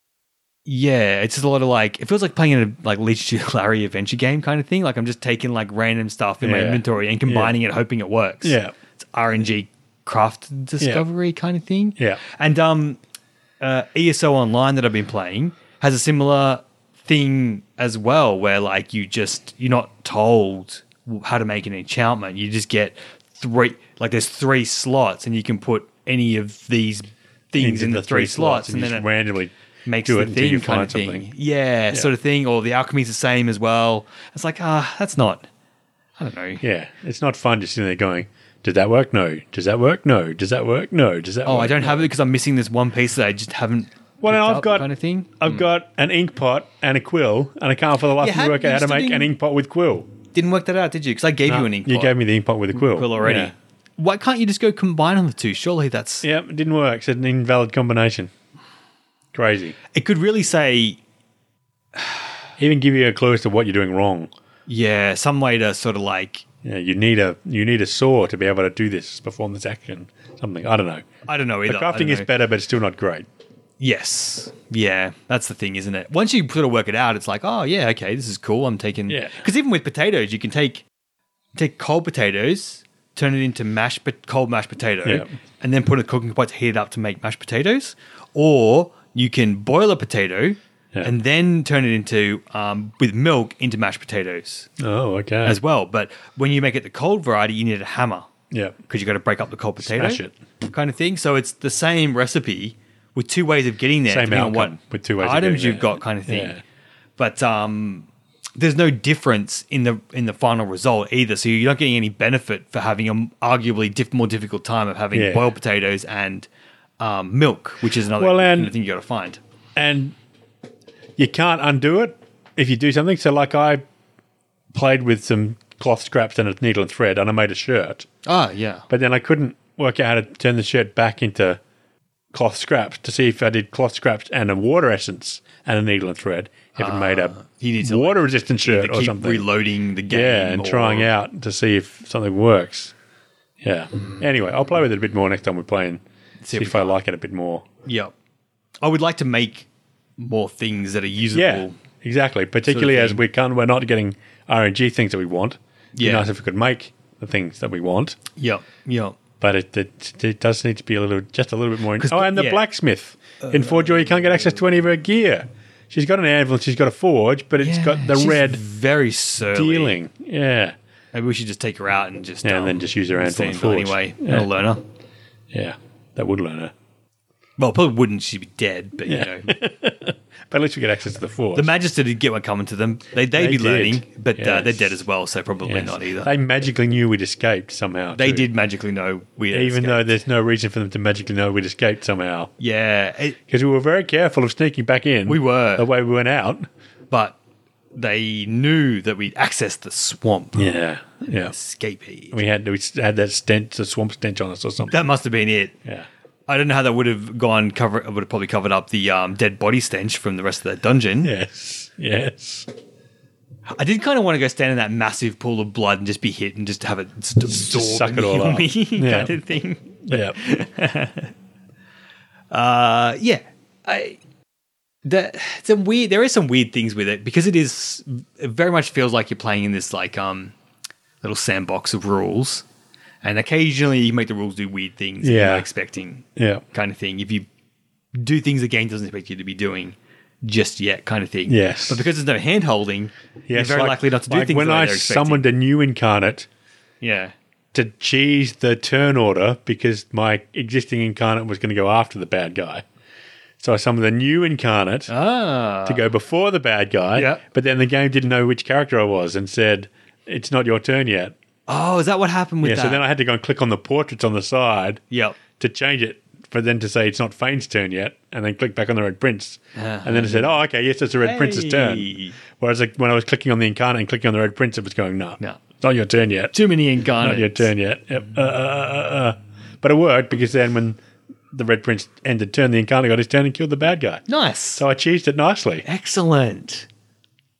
S1: Yeah, it's just a lot of like it feels like playing a like Leech to Larry adventure game kind of thing. Like I'm just taking like random stuff in my
S2: Yeah.
S1: inventory and combining it, hoping it works.
S2: Yeah.
S1: it's RNG craft discovery kind of thing.
S2: Yeah.
S1: and um, uh, ESO Online that I've been playing has a similar thing as well, where like you just you're not told how to make an enchantment. You just get three like there's three slots, and you can put any of these things in the, three, slots, and
S2: you
S1: then
S2: just
S1: it
S2: randomly
S1: makes
S2: do
S1: the
S2: it until
S1: thing
S2: you
S1: kind
S2: find
S1: of thing.
S2: something.
S1: Yeah, sort of thing. Or the alchemy's the same as well. It's like ah, that's not. I don't know.
S2: Yeah, it's not fun just sitting there going, "Did that work? No. Does that work? No. Does that work? No. Does that?"
S1: Oh,
S2: work?
S1: I don't have it because I'm missing this one piece that I just haven't.
S2: Well,
S1: picked
S2: and I've
S1: up
S2: got-
S1: kind of thing. Hmm.
S2: I've got an ink pot and a quill, and I can't for the life
S1: You
S2: of me
S1: had-
S2: work out
S1: you
S2: how to
S1: still
S2: make an
S1: didn't-
S2: ink pot with quill. Uh,
S1: Didn't work that out, did you? Because I gave you an ink.
S2: You
S1: pot.
S2: gave me the ink pot with a quill.
S1: quill already.
S2: Yeah.
S1: Why can't you just go combine on the two? Surely that's
S2: Yeah, it didn't work. It's an invalid combination. Crazy.
S1: it could really say
S2: Even give you a clue as to what you're doing wrong.
S1: yeah, some way to sort of like
S2: Yeah, you need a you need a saw to be able to do this, perform this action, something. I don't know.
S1: I don't know either. I
S2: Crafting
S1: don't
S2: is
S1: know.
S2: better, but it's still not great.
S1: Yes. Yeah, that's the thing, isn't it? Once you sort of work it out, it's like, oh yeah, okay, this is cool. I'm taking
S2: Yeah.
S1: Because even with potatoes, you can take take cold potatoes, turn it into mashed pot cold mashed potato,
S2: Yeah.
S1: and then put a cooking pot to heat it up to make mashed potatoes. Or you can boil a potato
S2: Yeah.
S1: and then turn it into um, with milk into mashed potatoes
S2: Oh, okay.
S1: as well. But when you make it the cold variety, you need a hammer
S2: yeah.
S1: because you got to break up the cold potato,
S2: Smash it.
S1: kind of thing. So it's the same recipe with two ways of getting there,
S2: Same
S1: depending on what
S2: outcome with two ways of
S1: items
S2: getting
S1: you've
S2: there.
S1: got, kind of thing.
S2: Yeah.
S1: But um, there's no difference in the in the final result either. So you're not getting any benefit for having an arguably diff- more difficult time of having
S2: Yeah.
S1: boiled potatoes and um, milk, which is another
S2: Well, and-
S1: thing you got to find.
S2: and you can't undo it if you do something. So, like, I played with some cloth scraps and a needle and thread, and I made a shirt.
S1: Ah, yeah.
S2: But then I couldn't work out how to turn the shirt back into cloth scraps to see if I did cloth scraps and a water essence and a needle and thread if it made a
S1: you need to, Ah. like,
S2: water resistant shirt
S1: To
S2: or
S1: keep
S2: something.
S1: reloading the game,
S2: yeah, and
S1: or-
S2: trying out to see if something works. Yeah. Anyway, I'll play with it a bit more next time we're playing. See,
S1: Hmm. if we
S2: if I like it a bit more.
S1: Yep. I would like to make more things that are usable.
S2: Yeah, exactly. Particularly as
S1: thing.
S2: we can't, we're not getting RNG things that we want. It'd
S1: Yeah.
S2: be nice if we could make the things that we want,
S1: Yep. Yep.
S2: but it, it, it does need to be a little, just a little bit more. In-
S1: 'Cause
S2: oh,
S1: the-
S2: and the
S1: yeah. Uh,
S2: blacksmith in Forge Joy, you can't get access to any of her gear. She's got an anvil, and she's got a forge, but it's got
S1: Yeah,
S2: the
S1: she's
S2: red
S1: very surly.
S2: dealing. Yeah,
S1: Maybe we should just take her out and just
S2: Yeah, and
S1: um,
S2: then just use her hand
S1: stay
S2: on the
S1: in Villainy
S2: forge.
S1: way.
S2: Yeah.
S1: I'll learn her.
S2: yeah, that would learn her.
S1: Well, probably wouldn't. She'd be dead. But
S2: Yeah.
S1: you know,
S2: But at least we get access to the forge.
S1: the Magister did get one coming to them. They they'd
S2: They
S1: be
S2: did.
S1: learning, but uh, they're
S2: Yes.
S1: dead as well. So probably
S2: Yes.
S1: not either.
S2: They magically knew we'd escaped somehow.
S1: They,
S2: too.
S1: did magically know we had
S2: even
S1: escaped.
S2: though there's no reason for them to magically know we'd escaped somehow.
S1: yeah, it-
S2: because we were very careful of sneaking back in.
S1: We were.
S2: the way we went out.
S1: but they knew that we'd accessed the swamp.
S2: Yeah, yeah.
S1: Escapee.
S2: We had we had that stench, the swamp stench on us or something.
S1: That must have been it.
S2: Yeah,
S1: I don't know how that would have gone. Cover would have probably covered up the um, dead body stench from the rest of that dungeon.
S2: yes, yes.
S1: I did kind of want to go stand in that massive pool of blood and just be hit and just have it st- absorb
S2: suck
S1: and
S2: it all
S1: heal
S2: up.
S1: me
S2: Yeah.
S1: kind of thing.
S2: Yeah,
S1: Uh, yeah, I that some weird. There is some weird things with it because it is it very much feels like you're playing in this like um little sandbox of rules, and occasionally you make the rules do weird things that you're
S2: Yeah.
S1: not expecting
S2: yeah,
S1: kind of thing. If you do things the game doesn't expect you to be doing just yet, kind of thing.
S2: Yes.
S1: but because there's no hand holding, you're
S2: Yes,
S1: very
S2: like-
S1: likely not to do
S2: like
S1: things.
S2: When
S1: that
S2: I
S1: they're expecting.
S2: summoned a new incarnate
S1: yeah.
S2: to cheese the turn order because my existing incarnate was going to go after the bad guy. So I summoned the new incarnate
S1: Ah,
S2: to go before the bad guy.
S1: Yeah.
S2: But then the game didn't know which character I was and said, "It's not your turn yet."
S1: Oh, is that what happened with
S2: Yeah.
S1: that?
S2: So then I had to go and click on the portraits on the side.
S1: yep.
S2: to change it for them to say it's not Fane's turn yet, and then click back on the Red Prince, and then it said, "Oh, okay, yes, it's the Red Prince's turn."
S1: Hey.
S2: Whereas like, when I was clicking on the Incarnate and clicking on the Red Prince, it was going, "No,
S1: No.
S2: it's not your turn yet,
S1: Too many
S2: not your
S1: incarnates.
S2: turn yet." Yep. Uh, uh, uh, uh, uh. But it worked because then when the Red Prince ended turn, the Incarnate got his turn and killed the bad guy.
S1: Nice.
S2: So I cheesed it nicely.
S1: Excellent.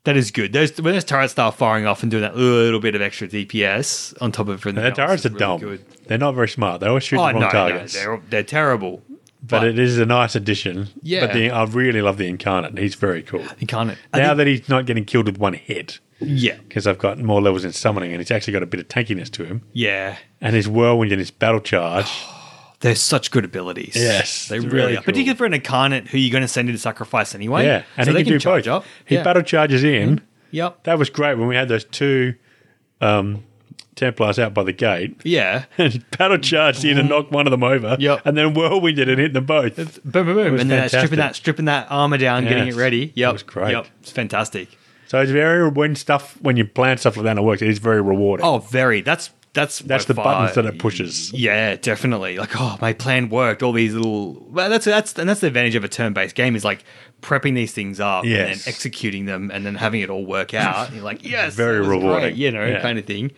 S1: That is good. Those when those turrets start firing off and doing that little bit of extra DPS on top of everything,
S2: Their
S1: else
S2: turrets
S1: is
S2: are
S1: really
S2: dumb.
S1: Good.
S2: They're not very smart. They always shoot
S1: Oh
S2: the wrong
S1: no, no,
S2: targets.
S1: they're they're terrible.
S2: but,
S1: but-
S2: it is a nice addition.
S1: Yeah.
S2: But the, I really love the incarnate. He's very cool.
S1: You can't. I
S2: Now
S1: think-
S2: that he's not getting killed with one hit,
S1: yeah,
S2: because I've got more levels in summoning, and he's actually got a bit of tankiness to him,
S1: yeah,
S2: and his whirlwind and his battle charge.
S1: they're such good abilities.
S2: Yes,
S1: they
S2: it's
S1: really
S2: really
S1: are. Particularly
S2: cool.
S1: for an incarnate who you're going to send into sacrifice anyway.
S2: yeah, and
S1: Oh, so
S2: he
S1: they
S2: can, do
S1: charge
S2: both.
S1: up.
S2: He
S1: yeah. Mm-hmm.
S2: battle charges in.
S1: Yep.
S2: That was great when we had those two um, Templars out by the gate,
S1: Yeah.
S2: and he battle charged in and knocked one of them over.
S1: Mm-hmm. Yep.
S2: and then whirlwind it and hit them both.
S1: Boom, boom, boom,
S2: was
S1: and then that stripping
S2: fantastic.
S1: that stripping that armor down, getting it
S2: Yes.
S1: ready. Yep,
S2: It was great.
S1: Yep, it's fantastic.
S2: So it's very when stuff when you plan stuff like that and it works, it is very rewarding.
S1: Oh, very. That's that's
S2: That's
S1: by
S2: the buttons
S1: far-
S2: that it pushes.
S1: Yeah, definitely. Like, oh, my plan worked. All these little. Well, that's that's and that's the advantage of a turn-based game is like prepping these things up and then
S2: Yes.
S1: executing them and then having it all work out. You're like, yes,
S2: Very
S1: that was
S2: rewarding.
S1: great, you know,
S2: Yeah.
S1: kind of thing.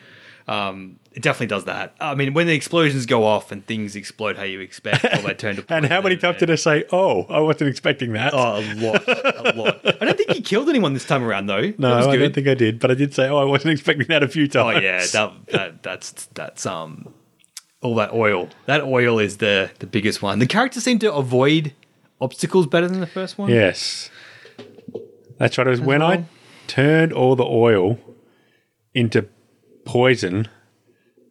S1: Um, it definitely does that. I mean, when the explosions go off and things explode how you expect, all that turn to
S2: And how many times did I say, "Oh, I wasn't expecting that"?
S1: Oh, a lot, a lot. I don't think he killed anyone this time around though. That
S2: no,
S1: was
S2: I
S1: good.
S2: don't think I did, but I did say, "Oh, I wasn't expecting that" a few
S1: Oh
S2: times.
S1: yeah, that, that that's that's um all that oil. That oil is the the biggest one. The characters seem to avoid obstacles better than the first one.
S2: yes, that's right. It was when I
S1: well.
S2: turned all the oil into poison,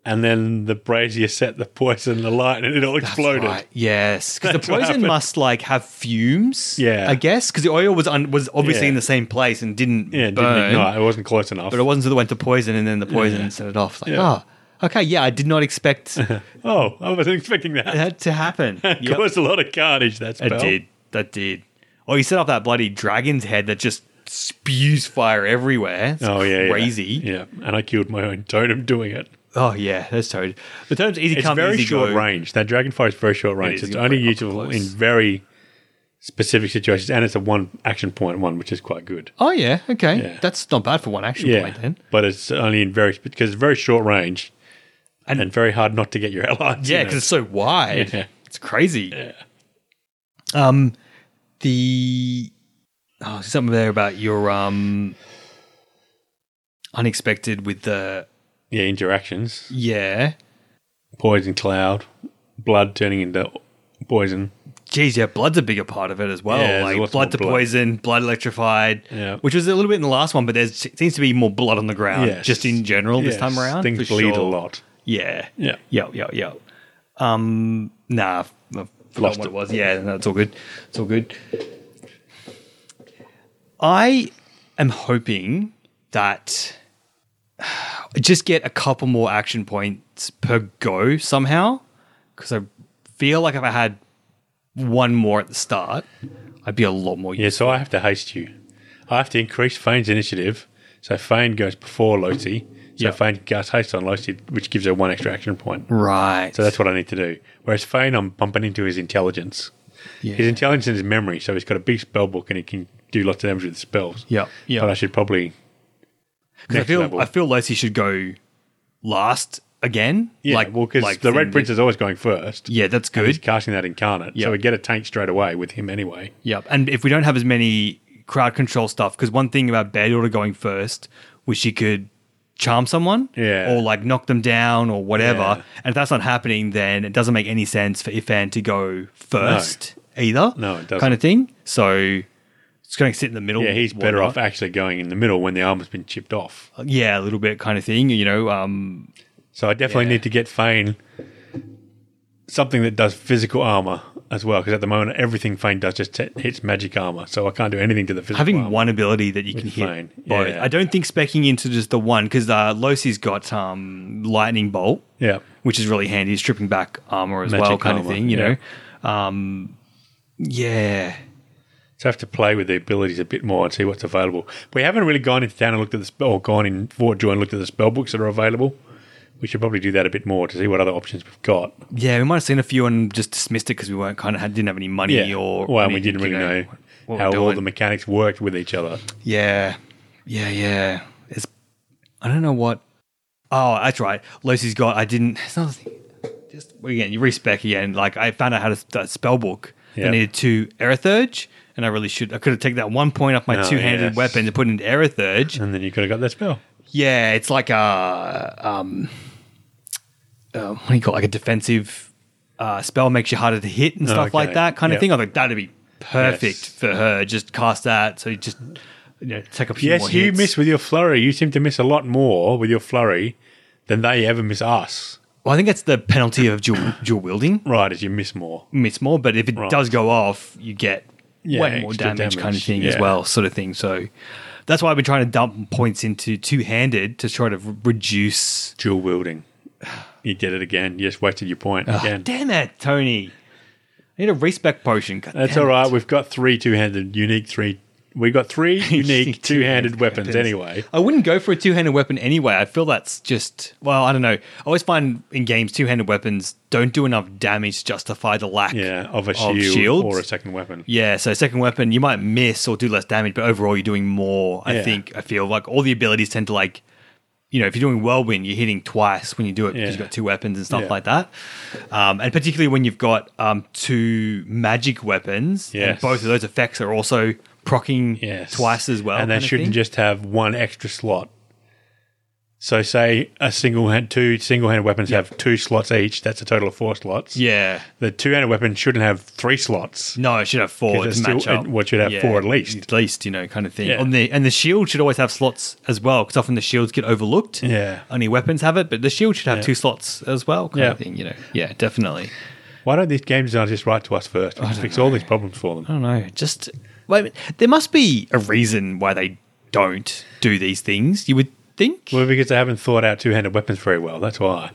S2: and then the brazier set the poison alight, and it all exploded.
S1: Right, Yes, because the
S2: what
S1: poison
S2: happened.
S1: must like have fumes.
S2: Yeah.
S1: I guess because the oil was un- was obviously
S2: Yeah.
S1: in the same place and didn't
S2: Yeah, it
S1: burn,
S2: didn't ignite. It wasn't close enough.
S1: but it wasn't until it went to poison and then the poison set it off. Like,
S2: Yeah.
S1: oh, okay, yeah, I did not expect
S2: oh, I wasn't expecting that.
S1: that to happen.
S2: It
S1: Yep.
S2: caused a lot of carnage. That spell.
S1: That did. That did. Oh, you set up that bloody dragon's head that just spews fire everywhere. It's
S2: Oh yeah, yeah.
S1: crazy.
S2: Yeah, and I killed my own totem doing it.
S1: Oh yeah, that's Toad. The term's easy
S2: It's
S1: come,
S2: very
S1: easy
S2: short
S1: go.
S2: range. That dragonfly is very short
S1: is,
S2: range. it's
S1: you can
S2: only
S1: put it up
S2: useful
S1: close.
S2: in very specific situations, and it's a one action point one, which is quite good.
S1: Oh yeah, okay,
S2: Yeah.
S1: that's not bad for one action
S2: Yeah,
S1: point then.
S2: but it's only in very because it's very short range,
S1: And-
S2: and, very hard not to get your allies.
S1: Yeah,
S2: in it.
S1: because it's so wide,
S2: Yeah.
S1: it's crazy. Um, the oh, something there about your um unexpected with the
S2: yeah interactions,
S1: yeah.
S2: poison cloud, blood turning into poison.
S1: Geez, yeah, blood's a bigger part of it as well.
S2: Yeah, there's
S1: like
S2: lots
S1: blood
S2: more
S1: to
S2: blood.
S1: poison, blood electrified,
S2: Yeah.
S1: which was a little bit in the last one, but there seems to be more blood on the ground
S2: Yes.
S1: Uh, just in general this
S2: Yes,
S1: time around.
S2: things
S1: for
S2: bleed
S1: sure.
S2: a lot.
S1: Yeah.
S2: Yeah.
S1: Yo, yo, yo. Um, nah, I've I've forgotten
S2: Lost
S1: what
S2: it.
S1: it was. Yeah, no, it's all good. It's all good. I am hoping that I just get a couple more action points per go somehow, because I feel like if I had one more at the start, I'd be a lot more.
S2: Yeah, so I have to haste you. I have to increase Fane's initiative. So Fane goes before Losi. So
S1: Yeah.
S2: Fane goes haste on Losi, which gives her one extra action point.
S1: Right.
S2: So that's what I need to do. Whereas Fane, I'm bumping into his intelligence.
S1: yeah.
S2: His intelligence and his memory. So he's got a big spell book and he can do lots of damage with spells.
S1: Yeah, yeah.
S2: But I should probably.
S1: Because I
S2: next
S1: feel
S2: level.
S1: I feel Lacey should go last again.
S2: Yeah, like, well, because the
S1: in
S2: Red Prince is always going first.
S1: Yeah, that's
S2: He's
S1: good.
S2: casting that incarnate.
S1: Yeah.
S2: So we get a tank straight away with him anyway.
S1: Yep. And if we don't have as many crowd control stuff, because one thing about Bad Order going first was she could charm someone
S2: Yeah.
S1: or like knock them down or whatever.
S2: Yeah.
S1: And if that's not happening, then it doesn't make any sense for Ifan to go first either.
S2: No, it doesn't.
S1: Kind of thing. So it's going to sit in the middle.
S2: Yeah, he's better
S1: whatnot.
S2: off actually going in the middle when the armor's been chipped off.
S1: Yeah, a little bit kind of thing, you know. Um,
S2: So I definitely
S1: Yeah.
S2: need to get Fane something that does physical armor as well, because at the moment everything Fane does just t- hits magic armor, so I can't do anything to the physical.
S1: having
S2: armor.
S1: one ability that you can hit
S2: fine.
S1: both.
S2: Yeah.
S1: I don't think specking into just the one because uh, Losi's got um, lightning bolt,
S2: yeah,
S1: which is really handy. He's stripping back armor as
S2: Magic
S1: well, kind of
S2: armor,
S1: thing. You
S2: yeah.
S1: know, um, yeah,
S2: so I have to play with the abilities a bit more and see what's available. We haven't really gone into town and looked at the spell, or gone in Fort Joy and looked at the spell books that are available. We should probably do that a bit more to see what other options we've got.
S1: yeah. We might have seen a few and just dismissed it because we weren't kind of didn't have any money or
S2: well, and we
S1: anything,
S2: didn't really
S1: you
S2: know,
S1: what we're
S2: how all
S1: doing.
S2: the mechanics worked with each other.
S1: Yeah, yeah, yeah. It's I don't know what. Oh, that's right. Lucy's got. I didn't. It's not. Just again, you respec again. Like I found out how to that spell book.
S2: Yeah.
S1: I needed two Erythurge and I really should. I could have taken that one point off my
S2: Oh,
S1: two handed
S2: yes.
S1: weapon to put into Aerithurge.
S2: And then you could have got that spell.
S1: Yeah, it's like a um, uh, what do you call it? like a defensive uh, spell makes you harder to hit and stuff like
S2: Okay,
S1: that kind
S2: yeah.
S1: of thing. I think that'd be perfect
S2: Yes.
S1: for her. Just cast that, so you just you know, take a few more
S2: Yes, you
S1: hits.
S2: miss with your flurry. You seem to miss a lot more with your flurry than they ever miss us.
S1: Well, I think that's the penalty of dual dual wielding.
S2: Right, as you miss more.
S1: miss more, but if it
S2: Right.
S1: does go off, you get
S2: Yeah,
S1: way more
S2: extra
S1: damage, kind of
S2: damage,
S1: thing as
S2: yeah.
S1: well, sort of thing. So that's why I've been trying to dump points into two handed to try to re- reduce.
S2: Dual wielding. You did it again. You just wasted your point
S1: Ah,
S2: again.
S1: damn it, Tony. I need a respect potion. God
S2: That's
S1: damn
S2: all
S1: it.
S2: right. We've got three two-handed, unique three. We got three unique two-handed weapons anyway.
S1: I wouldn't go for a two handed weapon anyway. I feel that's just, well, I don't know. I always find in games two handed weapons don't do enough damage to justify the lack
S2: Yeah, of a shield or a second weapon.
S1: Yeah, so second weapon, you might miss or do less damage, but overall you're doing more. I
S2: Yeah.
S1: think I feel like all the abilities tend to like, you know, if you're doing whirlwind, you're hitting twice when you do it because you've
S2: Yeah.
S1: got two weapons and stuff
S2: Yeah.
S1: like that. Um, and particularly when you've got um, two magic weapons, and
S2: Yes.
S1: both of those effects are also procking
S2: Yes.
S1: twice as well.
S2: And they
S1: kind of
S2: shouldn't
S1: thing.
S2: just have one extra slot. So say a single hand two single handed weapons have two slots each, that's a total of four slots.
S1: yeah.
S2: The two handed weapon shouldn't have three slots.
S1: No, it should have four.
S2: Because
S1: to
S2: it's
S1: match
S2: still-
S1: up.
S2: it- well, it should have four at least.
S1: At least, you know, kind of thing.
S2: Yeah.
S1: On the, and the shield should always have slots as well, because often the shields get overlooked.
S2: Yeah.
S1: Only weapons have it, but the shield should have two slots as well, kind of
S2: Yeah.
S1: thing, you know. Yeah, definitely.
S2: Why don't these game designers just write to us first? We'll fix all these problems for
S1: I
S2: them.
S1: don't know. Just, wait, a minute. there must be a reason why they don't do these things, you would think.
S2: Well, because they haven't thought out two handed weapons very well. That's why.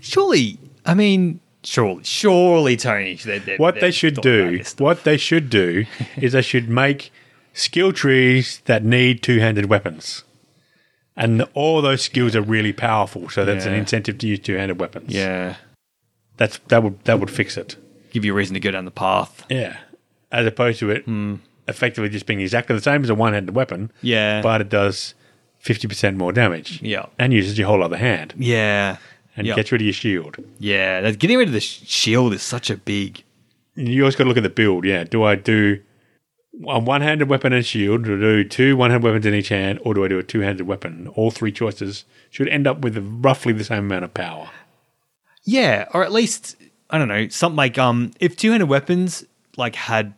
S1: surely, I mean, surely, surely, Tony. they they-
S2: What they
S1: they've
S2: should
S1: thought about
S2: do,
S1: this stuff.
S2: what they should do, is they should make skill trees that need two-handed weapons, and all those skills are really powerful. So that's an
S1: Yeah.
S2: incentive to use two-handed weapons.
S1: Yeah.
S2: that's that would that would fix it.
S1: Give you a reason to go down the path.
S2: Yeah, as opposed to it
S1: Hmm.
S2: effectively just being exactly the same as a one-handed weapon.
S1: Yeah.
S2: but it does fifty percent more damage.
S1: Yeah.
S2: and uses your whole other hand
S1: Yeah.
S2: and
S1: Yeah.
S2: gets rid of your shield.
S1: Yeah, that, getting rid of the sh- shield is such a big.
S2: you always got to look at the build. Yeah, do I do a one-handed weapon and shield? Do I do two one-handed weapons in each hand, or do I do a two-handed weapon? All three choices should end up with roughly the same amount of power.
S1: Yeah, or at least I don't know something like um, if two-handed weapons like had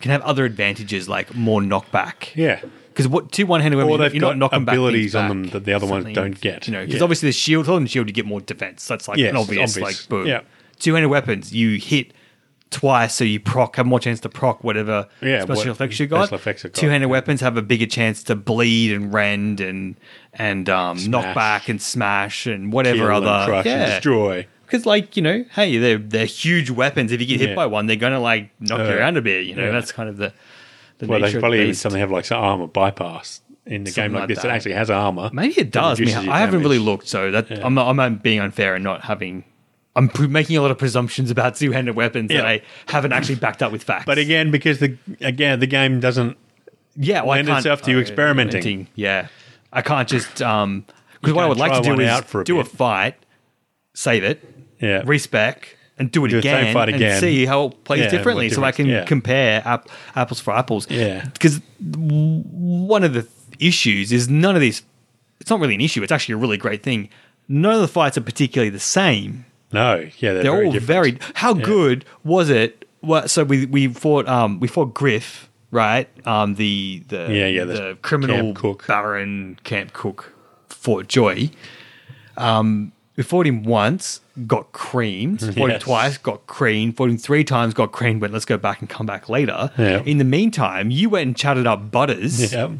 S1: can have other advantages like more knockback.
S2: Yeah,
S1: Because what two one-handed weapons?
S2: Or they've
S1: you're
S2: got
S1: not knocking back
S2: abilities
S1: things
S2: on them
S1: back,
S2: that the other ones
S1: something,
S2: don't get.
S1: You know, because
S2: Yeah.
S1: obviously the shield, holding the shield, you get more defense. That's like
S2: Yes,
S1: an obvious,
S2: obvious.
S1: like boom.
S2: Yeah.
S1: Two-handed weapons, you hit twice, so you proc have more chance to proc whatever
S2: Yeah,
S1: special
S2: what
S1: effects you got.
S2: special effects you've got,
S1: Two-handed weapons have a bigger chance to bleed and rend and and um, knock
S2: Smash.
S1: back and smash and whatever
S2: Kill and
S1: other
S2: crush
S1: yeah.
S2: and destroy.
S1: Because, like, you know, hey, they're they're huge weapons. If you get hit
S2: Yeah.
S1: by one, they're going to like knock you
S2: Uh,
S1: around a bit. You know,
S2: yeah.
S1: that's kind of the the
S2: Well, they
S1: nature of the
S2: probably even
S1: beast.
S2: something have like some armor bypass in the
S1: Something
S2: game like,
S1: like
S2: this that.
S1: that.
S2: actually has armor.
S1: Maybe it
S2: that
S1: does. I, mean,
S2: reduces your
S1: I haven't
S2: damage.
S1: really looked, so that I'm not, I'm not being unfair and not having. I'm pre- making a lot of presumptions about two-handed weapons that
S2: Yeah.
S1: I haven't actually backed up with facts.
S2: But again, because the again the game doesn't
S1: yeah, well, I
S2: lend
S1: can't-
S2: itself to you
S1: uh,
S2: experimenting.
S1: Yeah, I can't just um because what I
S2: can't
S1: would like to
S2: try
S1: do
S2: one
S1: is
S2: out for a
S1: do a
S2: bit.
S1: fight, save it,
S2: yeah
S1: respec and do it
S2: Do the same
S1: again,
S2: fight again.
S1: and see how it plays
S2: Yeah,
S1: differently
S2: what
S1: so I can
S2: difference- yeah.
S1: compare app, apples for apples.
S2: Yeah.
S1: Because one of the th- issues is none of these, it's not really an issue, it's actually a really great thing. None of the fights are particularly the same.
S2: no yeah they're,
S1: They're
S2: very
S1: all
S2: different.
S1: very. How good was it? Well, so we we fought um we fought Griff right um the the
S2: Yeah, yeah,
S1: the,
S2: the
S1: criminal
S2: camp cook.
S1: baron camp cook Fort Joy. Um, we fought him once, got creamed. Fought him
S2: Yes.
S1: twice, got creamed. Fought him three times, got creamed. Went let's go back and come back later.
S2: Yeah.
S1: In the meantime, you went and chatted up Butters.
S2: Yeah.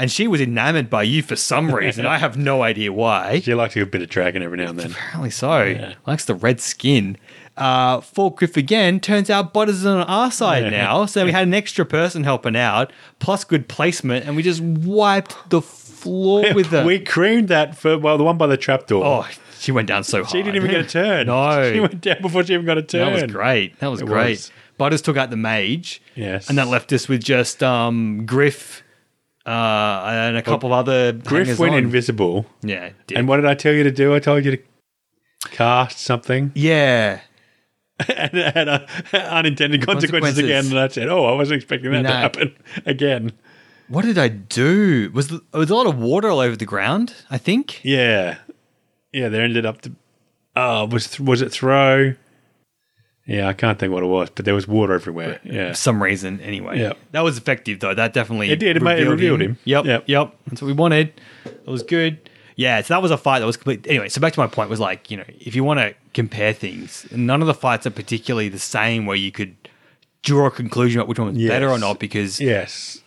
S1: And she was enamored by you for some reason. I have no idea why.
S2: You like to get a bit of dragon every now and then.
S1: Apparently so. Likes the red skin. Uh, Fort Griff again. Turns out Butters is on our side
S2: Yeah.
S1: now, so we had an extra person helping out, plus good placement, and we just wiped the floor with her.
S2: we creamed that for well the one by the trapdoor.
S1: oh, she went down so hard.
S2: She didn't even get a turn.
S1: No.
S2: She went down before she even got a turn.
S1: That was great. That was
S2: It
S1: great.
S2: was.
S1: Butters took out the mage.
S2: Yes.
S1: And that left us with just um, Griff uh, and a couple of other.
S2: Oh, Griff
S1: hangers-on.
S2: went invisible.
S1: Yeah. it did.
S2: And what did I tell you to do? I told you to cast something.
S1: yeah.
S2: and it had uh, unintended
S1: Consequences.
S2: consequences, again. And I said, "Oh, I wasn't expecting that
S1: No.
S2: to happen again."
S1: What did I do? Was th- there was a lot of water all over the ground? I think.
S2: Yeah, yeah. There ended up to oh, was th- was it throw? Yeah, I can't think what it was, but there was water everywhere. Yeah,
S1: For some reason, anyway.
S2: Yeah.
S1: That was effective though. That definitely
S2: It did. It made- it revealed him.
S1: Yep.
S2: Yep.
S1: Yep. That's what we wanted. It was good. Yeah, so that was a fight that was complete. Anyway, so back to my point was like, you know, if you want to compare things, none of the fights are particularly the same where you could draw a conclusion about which one was
S2: Yes.
S1: better or not because
S2: yes.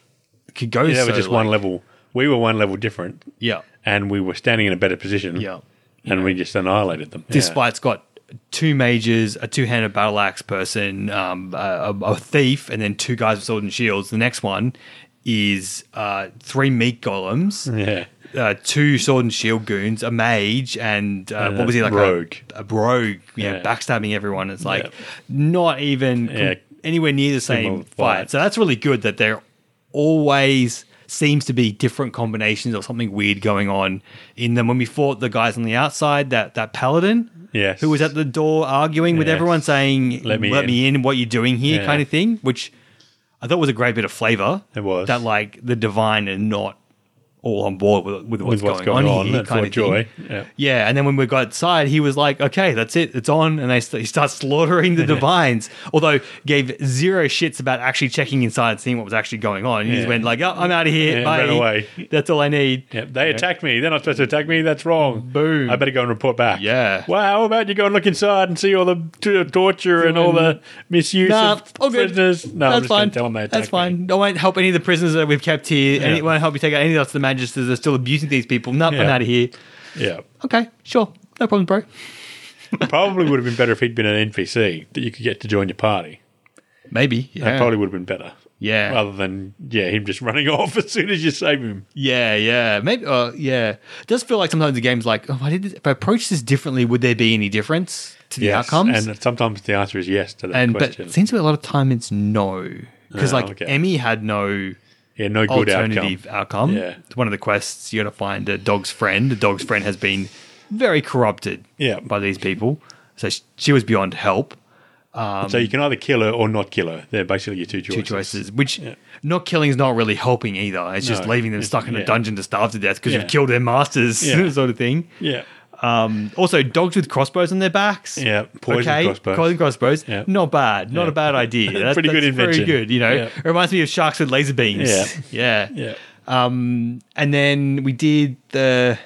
S1: it could go.
S2: Yeah, that
S1: so,
S2: was just
S1: like-
S2: one level. We were one level different,
S1: Yeah.
S2: and we were standing in a better position.
S1: Yeah.
S2: and we just annihilated them.
S1: This
S2: Yeah.
S1: fight's got two mages, a two-handed battle axe person, um, a, a, a thief, and then two guys with swords and shields. The next one is uh, three meat golems,
S2: Yeah.
S1: uh, two sword and shield goons, a mage, and uh, what was he like? a-
S2: rogue.
S1: A, rogue, yeah,
S2: Yeah.
S1: backstabbing everyone. It's like
S2: Yeah.
S1: not even com-
S2: Yeah.
S1: anywhere near the same
S2: Similar
S1: fight.
S2: fight.
S1: So that's really good that there always seems to be different combinations or something weird going on in them. When we fought the guys on the outside, that that paladin.
S2: Yes.
S1: Who was at the door arguing with
S2: Yes.
S1: everyone saying,
S2: Let me in.
S1: what you're doing here,
S2: Yeah.
S1: kind of thing, which I thought was a great bit of flavor.
S2: It was.
S1: That, like, the divine are not all on board with, with what's,
S2: With what's
S1: going,
S2: going
S1: on,
S2: on
S1: here,
S2: and
S1: kind
S2: for
S1: of
S2: joy.
S1: Thing.
S2: Yeah.
S1: Yeah, and then when we got outside, he was like, "Okay, that's it, it's on," and they st- he starts slaughtering the divines. Although gave zero shits about actually checking inside and seeing what was actually going on. He just
S2: Yeah.
S1: went like, "Oh, I'm out of here,
S2: Yeah,
S1: bye.
S2: ran away.
S1: That's all I need."
S2: Yep, they attacked me. They're not supposed to attack me. That's wrong.
S1: Boom.
S2: I better go and report back.
S1: Yeah.
S2: Well, how about you go and look inside and see all the t- torture and all the misuse
S1: Nah,
S2: of
S1: all good.
S2: prisoners? No,
S1: that's
S2: I'm just
S1: fine.
S2: going to tell them they attacked
S1: That's fine. I
S2: me.
S1: won't help any of the prisoners that we've kept here, and
S2: Yeah.
S1: it won't help you take out any of the magisters that are still abusing these people. No, I'm
S2: Yeah.
S1: out of here.
S2: Yeah.
S1: Okay, sure, no problem, bro.
S2: probably would have been better if he'd been an NPC that you could get to join your party.
S1: Maybe,
S2: That
S1: yeah,
S2: probably would have been better.
S1: yeah.
S2: Rather than, yeah, him just running off as soon as you save him.
S1: Yeah, yeah, maybe. Uh, yeah, it does feel like sometimes the game's like, oh, I did this, if I approach this differently, would there be any difference to the
S2: Yes,
S1: outcomes? And,
S2: And sometimes the answer is yes to that
S1: but
S2: question.
S1: it seems to be a lot of time it's no, because
S2: Ah,
S1: like
S2: okay.
S1: Emmy had no
S2: yeah, no good outcome.
S1: alternative outcome.
S2: Yeah.
S1: It's one of the quests you got to find a dog's friend. The dog's friend has been very corrupted.
S2: Yeah.
S1: by these people, so she, she was beyond help.
S2: so you can either kill her or not kill her. They're basically your two
S1: um, Two
S2: choices.
S1: choices, which not killing is not really helping either. It's just
S2: No,
S1: leaving them
S2: it's-
S1: stuck in a
S2: yeah.
S1: dungeon to starve to death because
S2: Yeah.
S1: you've killed their masters,
S2: Yeah.
S1: sort of thing.
S2: Yeah.
S1: Um, also, dogs with crossbows on their backs.
S2: Yeah, poison crossbows.
S1: Poison crossbows.
S2: Yeah.
S1: Not bad. Not
S2: Yeah.
S1: a bad idea. That's,
S2: Pretty good
S1: that's
S2: invention.
S1: Very good. You know,
S2: Yeah.
S1: it reminds me of sharks with laser beams.
S2: Yeah.
S1: yeah.
S2: Yeah.
S1: Um, and then we did the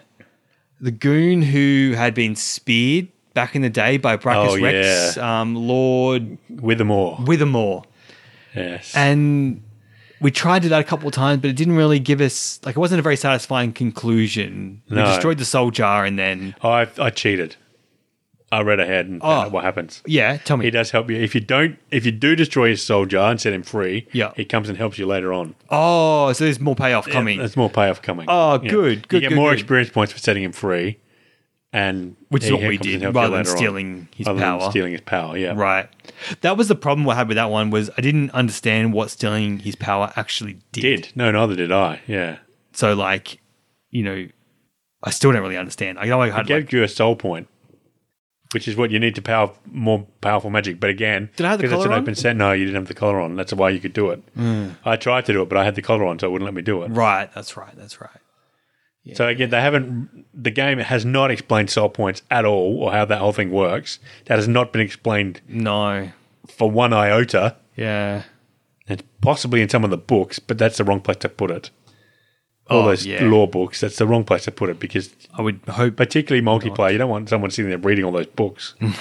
S1: the goon who had been speared back in the day by Brachus
S2: Oh,
S1: Rex, um, Lord
S2: With them all.
S1: Withermore,
S2: Yes.
S1: and we tried to do that a couple of times, but it didn't really give us like it wasn't a very satisfying conclusion. We
S2: No.
S1: destroyed the soul jar, and then
S2: Oh, I, I cheated. I read ahead and found
S1: Oh.
S2: out what happens.
S1: yeah, tell me.
S2: He does help you if you don't. If you do destroy his soul jar and set him free,
S1: Yeah.
S2: he comes and helps you later on.
S1: Oh, so there's more payoff coming.
S2: there's more payoff coming.
S1: Oh, good,
S2: You
S1: good,
S2: get
S1: good,
S2: more
S1: good.
S2: experience points for setting him free, and
S1: Which is
S2: he
S1: what we
S2: comes and
S1: did,
S2: helps you
S1: rather than
S2: later on.
S1: stealing his
S2: Rather than
S1: power.
S2: stealing his power, yeah,
S1: right. That was the problem I had with that one was I didn't understand what stealing his power actually did.
S2: Did no, neither did I. Yeah,
S1: So like, you know, I still don't really understand. I know I had
S2: gave
S1: like,
S2: you a soul point, which is what you need to power more powerful magic. But again,
S1: Did I have the
S2: 'cause it's
S1: collar
S2: an
S1: on? Hmm.
S2: open set. No, you didn't have the collar on. That's why you could do it. I tried to do it, but I had the collar on, so it wouldn't let me do it.
S1: right. That's right. That's right.
S2: So again, they haven't. The game has not explained soul points at all, or how that whole thing works. That has not been explained
S1: No.
S2: for one iota,
S1: Yeah.
S2: and possibly in some of the books, but that's the wrong place to put it. All
S1: Oh,
S2: those
S1: yeah.
S2: law books. That's the wrong place to put it because,
S1: I would hope
S2: particularly multiplayer, you don't want someone sitting there reading all those books, and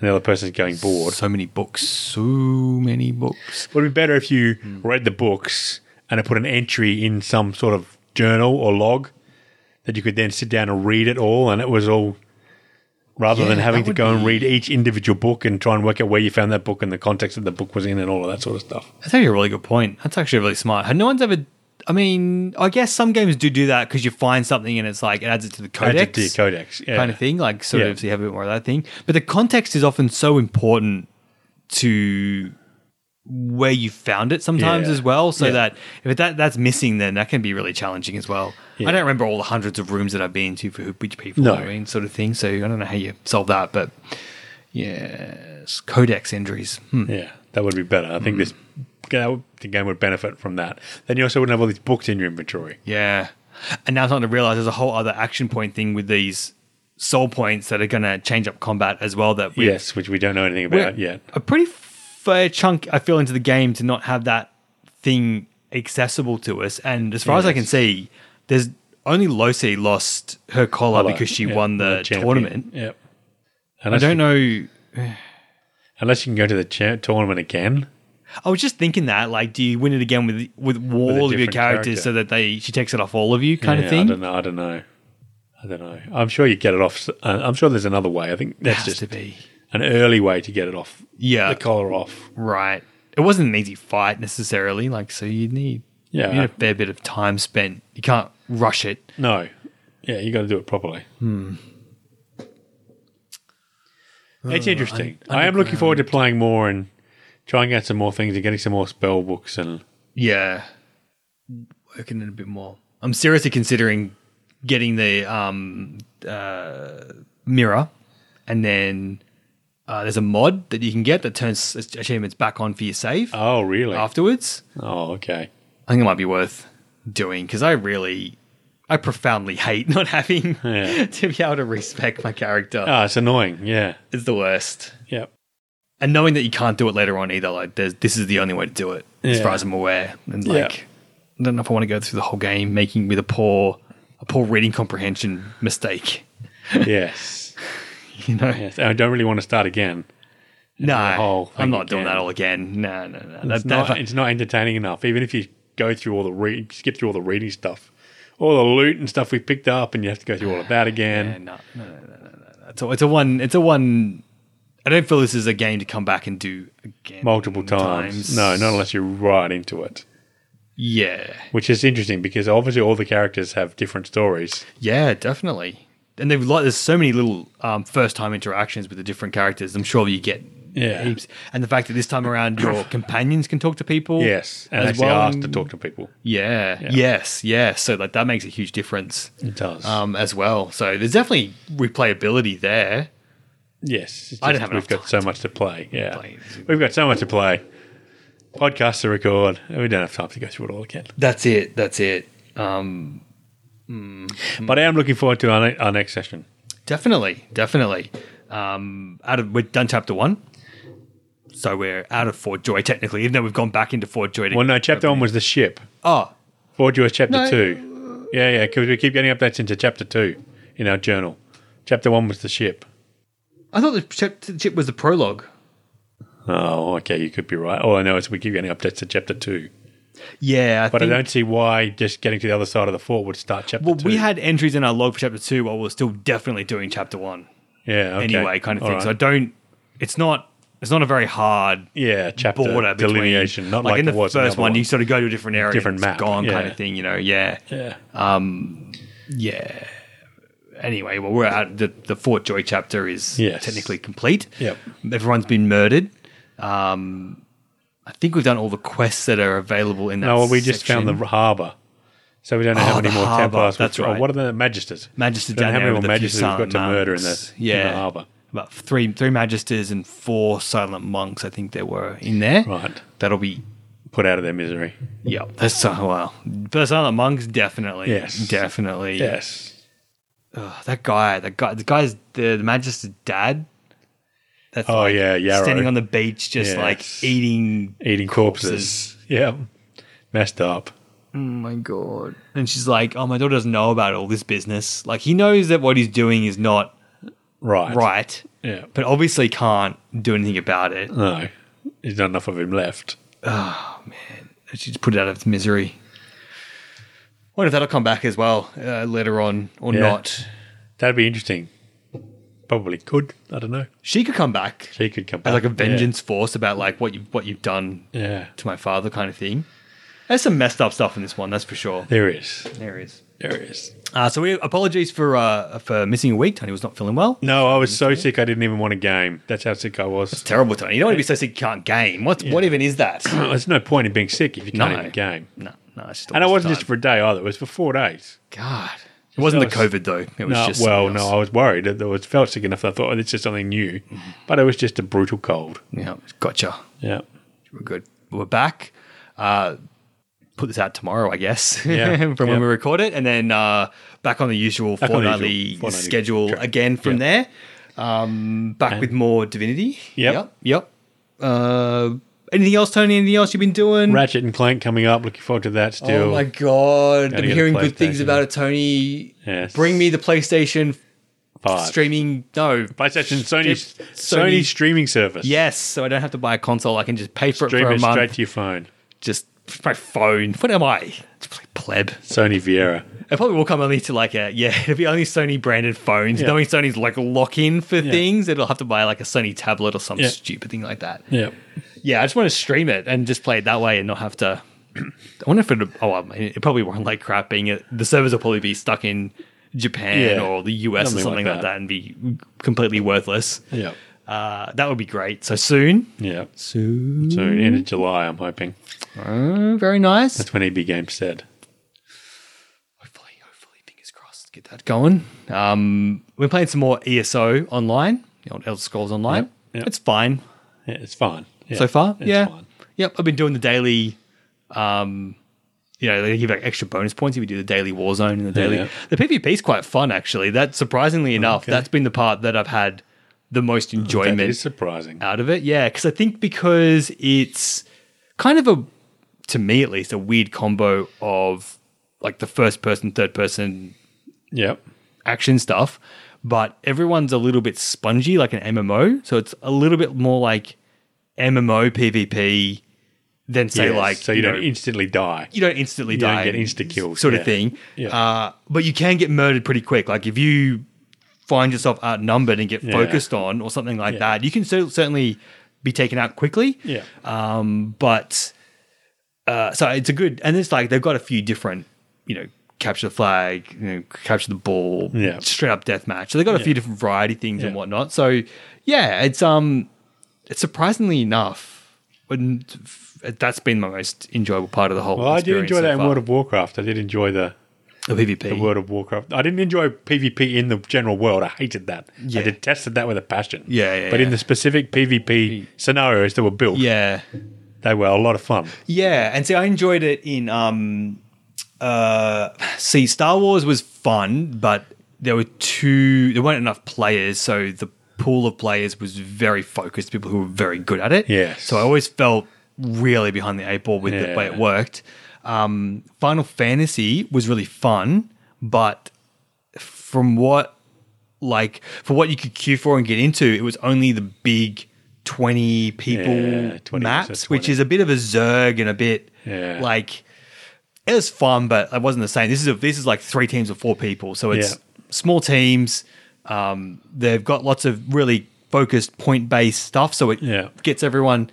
S2: the other person's going bored.
S1: so many books, so many books.
S2: Would it be better if you
S1: Hmm.
S2: read the books and I put an entry in some sort of journal or log that you could then sit down and read it all and it was all rather
S1: Yeah,
S2: than having
S1: that
S2: to
S1: would
S2: go and read each individual book and try and work out where you found that book and the context that the book was in and all of that sort of stuff.
S1: That's actually a really good point. That's actually really smart. Had no one's ever I mean, I guess some games do do that because you find something and it's like it adds it to the codex.
S2: Add it to your codex. Yeah.
S1: kind of thing, like sort
S2: Yeah.
S1: of so you have a bit more of that thing. But the context is often so important to where you found it sometimes
S2: Yeah.
S1: as well. So
S2: Yeah.
S1: that if that that's missing, then that can be really challenging as well. I don't remember all the hundreds of rooms that I've been to for Hoopage people,
S2: No.
S1: I mean, sort of thing. So I don't know how you solve that, but Yes, codex injuries. Hmm.
S2: Yeah, that would be better. I think this that would- the game would benefit from that. Then you also wouldn't have all these books in your inventory.
S1: Yeah, and now I'm starting to realize there's a whole other action point thing with these soul points that are going to change up combat as well. That we
S2: Yes, which we don't know anything
S1: we're
S2: about yet.
S1: a pretty fair chunk I feel into the game to not have that thing accessible to us. And as far as I
S2: Yes.
S1: can see, there's only Losi lost her collar
S2: But,
S1: because she
S2: yeah,
S1: won the
S2: champion.
S1: tournament.
S2: Yep.
S1: I
S2: Unless
S1: don't know.
S2: Unless you can go to the cha- tournament again.
S1: I was just thinking that, like, do you win it again with with all of your
S2: different
S1: characters
S2: character.
S1: so that they she takes it off all of you, kind
S2: Yeah,
S1: of
S2: I
S1: thing?
S2: don't know. I don't know. I don't know. I'm sure you get it off. s- Uh, I'm sure there's another way. I think
S1: It
S2: that's
S1: has
S2: just
S1: to be
S2: an early way to get it off.
S1: Yeah.
S2: the collar off.
S1: right. It wasn't an easy fight necessarily, like, so you need
S2: Yeah.
S1: you need a fair bit of time spent. You can't rush it.
S2: No. Yeah, you got to do it properly.
S1: Hmm.
S2: It's interesting. I am looking forward to playing more and trying out some more things and getting some more spell books and
S1: Yeah. Working it a bit more. I'm seriously considering getting the um, uh, mirror, and then uh, there's a mod that you can get that turns achievements back on for your save
S2: oh really?
S1: afterwards.
S2: Oh okay.
S1: I think it might be worth doing because I really, I profoundly hate not having
S2: Yeah.
S1: to be able to respect my character.
S2: Ah, it's annoying. Yeah.
S1: It's the worst.
S2: Yep.
S1: And knowing that you can't do it later on either, like there's, this is the only way to do it, as
S2: Yeah.
S1: far as I'm aware. And
S2: Yeah.
S1: like, I don't know if I want to go through the whole game making with a poor, a poor reading comprehension mistake.
S2: yes.
S1: You know,
S2: Yes. I don't really want to start again. the
S1: no,
S2: whole
S1: I'm
S2: thing
S1: not doing
S2: again.
S1: that all again. No, no, no.
S2: It's
S1: That,
S2: not,
S1: that,
S2: it's not entertaining enough. Even if you go through all the re- skip through all the reading stuff, all the loot and stuff we picked up, and you have to go through all of that again.
S1: yeah, no, no, no, no, no, no. It's a, it's a one. It's a one. I don't feel this is a game to come back and do again
S2: multiple times. No, not unless you're right into it.
S1: Yeah,
S2: Which is interesting because obviously all the characters have different stories.
S1: yeah, definitely. And they've like there's so many little um, first time interactions with the different characters. I'm sure you get
S2: Yeah.
S1: heaps. And the fact that this time around your companions can talk to people.
S2: Yes, and
S1: As
S2: actually
S1: well.
S2: asked to talk to people.
S1: Yeah. Yes. Yes. So like that makes a huge difference
S2: It does.
S1: um, as well. So there's definitely replayability there.
S2: yes, it's
S1: I don't
S2: just
S1: have
S2: We've
S1: enough
S2: got
S1: time
S2: so much to play. Yeah,
S1: play.
S2: we've got so much to play. Podcasts to record, and we don't have time to go through it all again.
S1: That's it. That's it. Um,
S2: But I am looking forward to our, ne- our next session.
S1: Definitely, definitely. Um, out of we're done chapter one, so we're out of Fort Joy technically, even though we've gone back into Fort Joy. To,
S2: Well, no, chapter one was the ship.
S1: oh,
S2: Forge was chapter
S1: No.
S2: two. Yeah, yeah, because we keep getting updates into chapter two in our journal. Chapter one was the ship.
S1: I thought the chapter the chip was the prologue.
S2: Oh, okay, you could be right. All I know is we keep getting updates to chapter two.
S1: Yeah, I
S2: But
S1: think,
S2: I don't see why just getting to the other side of the fort would start chapter
S1: Well,
S2: two.
S1: we had entries in our log for chapter two while we we're still definitely doing chapter one
S2: yeah, okay.
S1: anyway, kind of
S2: All
S1: thing. So I
S2: right.
S1: don't. It's not. It's not a very hard
S2: yeah, chapter
S1: border between-
S2: delineation, not like,
S1: in the
S2: it was in the
S1: first
S2: other
S1: one, You sort of go to a different area,
S2: Different
S1: and
S2: map,
S1: it's gone kind
S2: yeah.
S1: of thing. You know, yeah.
S2: Yeah.
S1: Yeah. Anyway, well, we're at the, the Fort Joy chapter is
S2: Yes.
S1: technically complete.
S2: Yep.
S1: Everyone's been murdered. Um, I think we've done all the quests that are available in that.
S2: No, well, we just
S1: section.
S2: found the harbour. So we don't know how
S1: Oh,
S2: many
S1: the
S2: more
S1: harbour,
S2: Templars.
S1: that's
S2: we've got. Oh,
S1: right.
S2: What are the Magisters?
S1: Magister down
S2: Don't know how
S1: there
S2: many
S1: with
S2: more
S1: a few
S2: Magisters we've got to
S1: silent
S2: murder in
S1: monks.
S2: the,
S1: yeah.
S2: in the harbour.
S1: About three three magisters and four silent monks, I think there were in there.
S2: Right.
S1: That'll be
S2: Put out of their misery.
S1: yeah. That's so well. The silent monks definitely.
S2: Yes.
S1: Definitely.
S2: Yes.
S1: Ugh, that guy, that guy the guy's the, the magister's dad. That's
S2: Oh, yeah, Yarrow.
S1: standing on the beach, just
S2: Yes.
S1: like eating.
S2: eating corpses. Yeah, messed up.
S1: Oh my god! And she's like, "Oh, my daughter doesn't know about all this business. Like, he knows that what he's doing is not
S2: Right.
S1: right,
S2: Yeah.
S1: but obviously can't do anything about it."
S2: No, there's not enough of him left.
S1: And she just put it out of its misery. Wonder if that'll come back as well uh, later on or
S2: Yeah.
S1: not.
S2: That'd be interesting. Probably could. I don't know.
S1: She could come back
S2: She could come back.
S1: as like a vengeance force about like what you what you've done
S2: Yeah. yeah.
S1: to my father, kind of thing. There's some messed up stuff in this one, that's for sure.
S2: There is.
S1: There is.
S2: There is.
S1: Uh, so we apologies for uh, for missing a week. Tony was not feeling well.
S2: No, I was so sick I didn't even want a game. That's how sick I was.
S1: Terrible, Tony. You don't want to be so sick you can't game. What what even is that?
S2: There's no point in being sick if you can't
S1: No.
S2: even game.
S1: no, no, it's just a
S2: And
S1: waste
S2: it
S1: of
S2: wasn't
S1: time.
S2: just for a day either. It was for four days.
S1: God. It wasn't the
S2: That was-
S1: COVID though. It was
S2: No,
S1: just
S2: well,
S1: something
S2: no,
S1: else. Mm-hmm.
S2: I was worried. It, it was felt sick enough. That I thought oh, it's just something new, but it was just a brutal cold.
S1: Yeah, gotcha.
S2: Yeah,
S1: We're good. We're back. Uh, put this out tomorrow, I guess,
S2: Yeah.
S1: from when
S2: Yeah.
S1: we record it, and then uh, back on the usual
S2: on the
S1: fortnightly
S2: usual fortnightly
S1: schedule
S2: track.
S1: again from
S2: Yeah.
S1: there. Um, back with more divinity.
S2: Yep.
S1: Yep. yep. Uh, anything else, Tony? Anything else you've been doing?
S2: Ratchet and Clank coming up. Looking forward to that. Still,
S1: Oh my god! I'm
S2: get a
S1: hearing good things
S2: PlayStation.
S1: about it, Tony.
S2: Yes.
S1: Bring me the PlayStation
S2: five.
S1: streaming. No,
S2: PlayStation, Sony,
S1: Sony-
S2: Sony, streaming service.
S1: yes. So I don't have to buy a console. I can just pay for
S2: stream
S1: it
S2: it
S1: for a
S2: straight
S1: month.
S2: to your phone.
S1: Just my phone. What am I? It's like pleb.
S2: Sony Vieira.
S1: It probably will come only to like a yeah. It'll be only Sony branded phones.
S2: Yeah.
S1: Knowing Sony's like lock in for things, it'll have to buy like a Sony tablet or some
S2: Yeah.
S1: stupid thing like that.
S2: Yeah,
S1: Yeah, I just want to stream it and just play it that way and not have to. I wonder if it. Oh, um, it probably won't like crap. Being it, the servers will probably be stuck in Japan
S2: Yeah.
S1: or the US or
S2: Something
S1: something
S2: like
S1: like that.
S2: that.
S1: and be completely worthless.
S2: yeah,
S1: Uh, that would be great. So soon,
S2: yeah.
S1: soon,
S2: Soon, end of July. I'm hoping
S1: Oh, very nice.
S2: that's when EB Games said.
S1: hopefully, hopefully, fingers crossed, get that going. Um, we're playing some more ESO online, the old Elder Scrolls Online.
S2: Yep, yep.
S1: It's fine
S2: Yeah, it's fine Yeah,
S1: so far.
S2: It's
S1: yeah.
S2: fine.
S1: Yep. I've been doing the daily. Um, you know, they give like extra bonus points if you do the daily Warzone and the daily.
S2: yeah.
S1: The PvP is quite fun, actually. That surprisingly enough,
S2: okay. Oh,
S1: that's been the part that I've had the most enjoyment
S2: That is surprising.
S1: out of it. Yeah, because I think because it's kind of a, to me at least, a weird combo of like the first person, third person
S2: Yep.
S1: action stuff, but everyone's a little bit spongy, like an MMO. So it's a little bit more like MMO PvP than say
S2: Yes,
S1: like
S2: so you, don't
S1: know,
S2: instantly die.
S1: you don't instantly
S2: don't
S1: die,
S2: get insta-killed,
S1: sort of
S2: yeah.
S1: thing.
S2: Yeah.
S1: Uh, but you can get murdered pretty quick. Like if you find yourself outnumbered and get
S2: Yeah.
S1: focused on or something like
S2: Yeah.
S1: that, you can cer- certainly be taken out quickly.
S2: Yeah.
S1: Um, but uh, so it's a good, and it's like they've got a few different, you know, capture the flag, you know, capture the ball,
S2: Yeah.
S1: straight up deathmatch. So they've got a few different variety things and
S2: Yeah.
S1: whatnot. So yeah, it's um, it's surprisingly enough, but that's been my most enjoyable part of the whole.
S2: Well, I did
S1: experience
S2: enjoy
S1: so
S2: that in
S1: far.
S2: World of Warcraft. I did enjoy the,
S1: the PvP.
S2: the World of Warcraft. I didn't enjoy PvP in the general world. I hated that.
S1: Yeah.
S2: I detested that with a passion.
S1: Yeah, yeah,
S2: But in
S1: yeah.
S2: the specific PvP scenarios that were built,
S1: yeah,
S2: they were a lot of fun.
S1: yeah, and see, I enjoyed it in um, uh, see, Star Wars was fun, but there were two, there weren't enough players, so the pool of players was very focused, people who were very good at it.
S2: Yes.
S1: So I always felt really behind the eight ball with the way it
S2: Yeah.
S1: worked. Um, Final Fantasy was really fun, but from what like for what you could queue for and get into, it was only the big twenty people
S2: Yeah, 20
S1: maps,
S2: versus
S1: which
S2: 20.
S1: is a bit of a zerg and a bit
S2: Yeah.
S1: like it was fun, but it wasn't the same. This is a, this is like three teams of four people, so it's
S2: Yeah.
S1: small teams. Um, they've got lots of really focused point based stuff, so it
S2: Yeah.
S1: gets everyone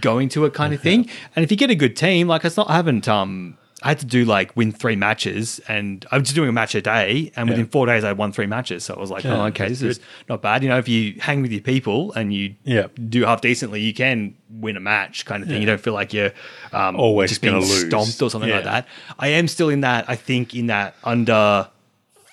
S1: going to it kind of thing. And if you get a good team, like it's not, I haven't, um, I had to do like win three matches, and I was just doing a match a day, and within four days I had won three matches. So I was like,
S2: Yeah,
S1: oh, okay, this
S2: that's
S1: is not bad. You know, if you hang with your people and you
S2: Yeah.
S1: do half decently, you can win a match kind of thing. You don't feel like you're um,
S2: Always
S1: just being
S2: gonna lose.
S1: stomped or something like
S2: Yeah.
S1: that. I am still in that. I think in that under.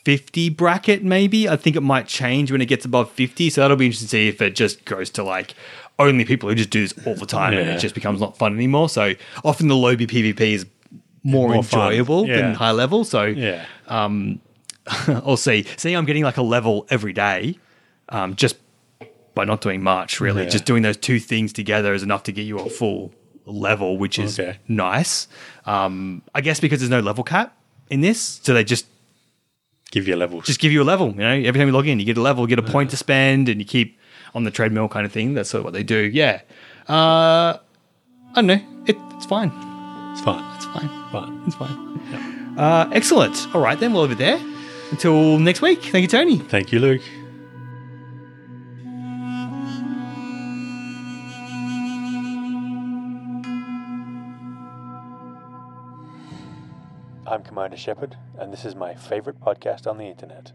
S1: 50 bracket maybe i think it might change when it gets above 50 so that'll be interesting to see if it just goes to like only people who just do this all the time and
S2: Yeah.
S1: it just becomes not fun anymore so often the low b pvp is more,
S2: More fun.
S1: enjoyable than
S2: Yeah.
S1: high level so
S2: Yeah.
S1: i'll see seeing i'm getting like a level every day um, just by not doing much really
S2: Yeah.
S1: just doing those two things together is enough to get you a full level which is
S2: Okay.
S1: nice um, i guess because there's no level cap in this so they just
S2: Give you levels.
S1: just give you a level. You know, every time you log in, you get a level, you get a point to spend, and you keep on the treadmill kind of thing. That's sort of what they do. Yeah. Uh, I don't know. It, it's fine.
S2: it's fun. It's
S1: It's fine.
S2: fun.
S1: It's fine. Uh, excellent. All right, then we'll leave it there. Until next week. Thank you, Tony.
S2: Thank you, Luke. I'm Commander Shepard, and this is my favorite podcast on the internet.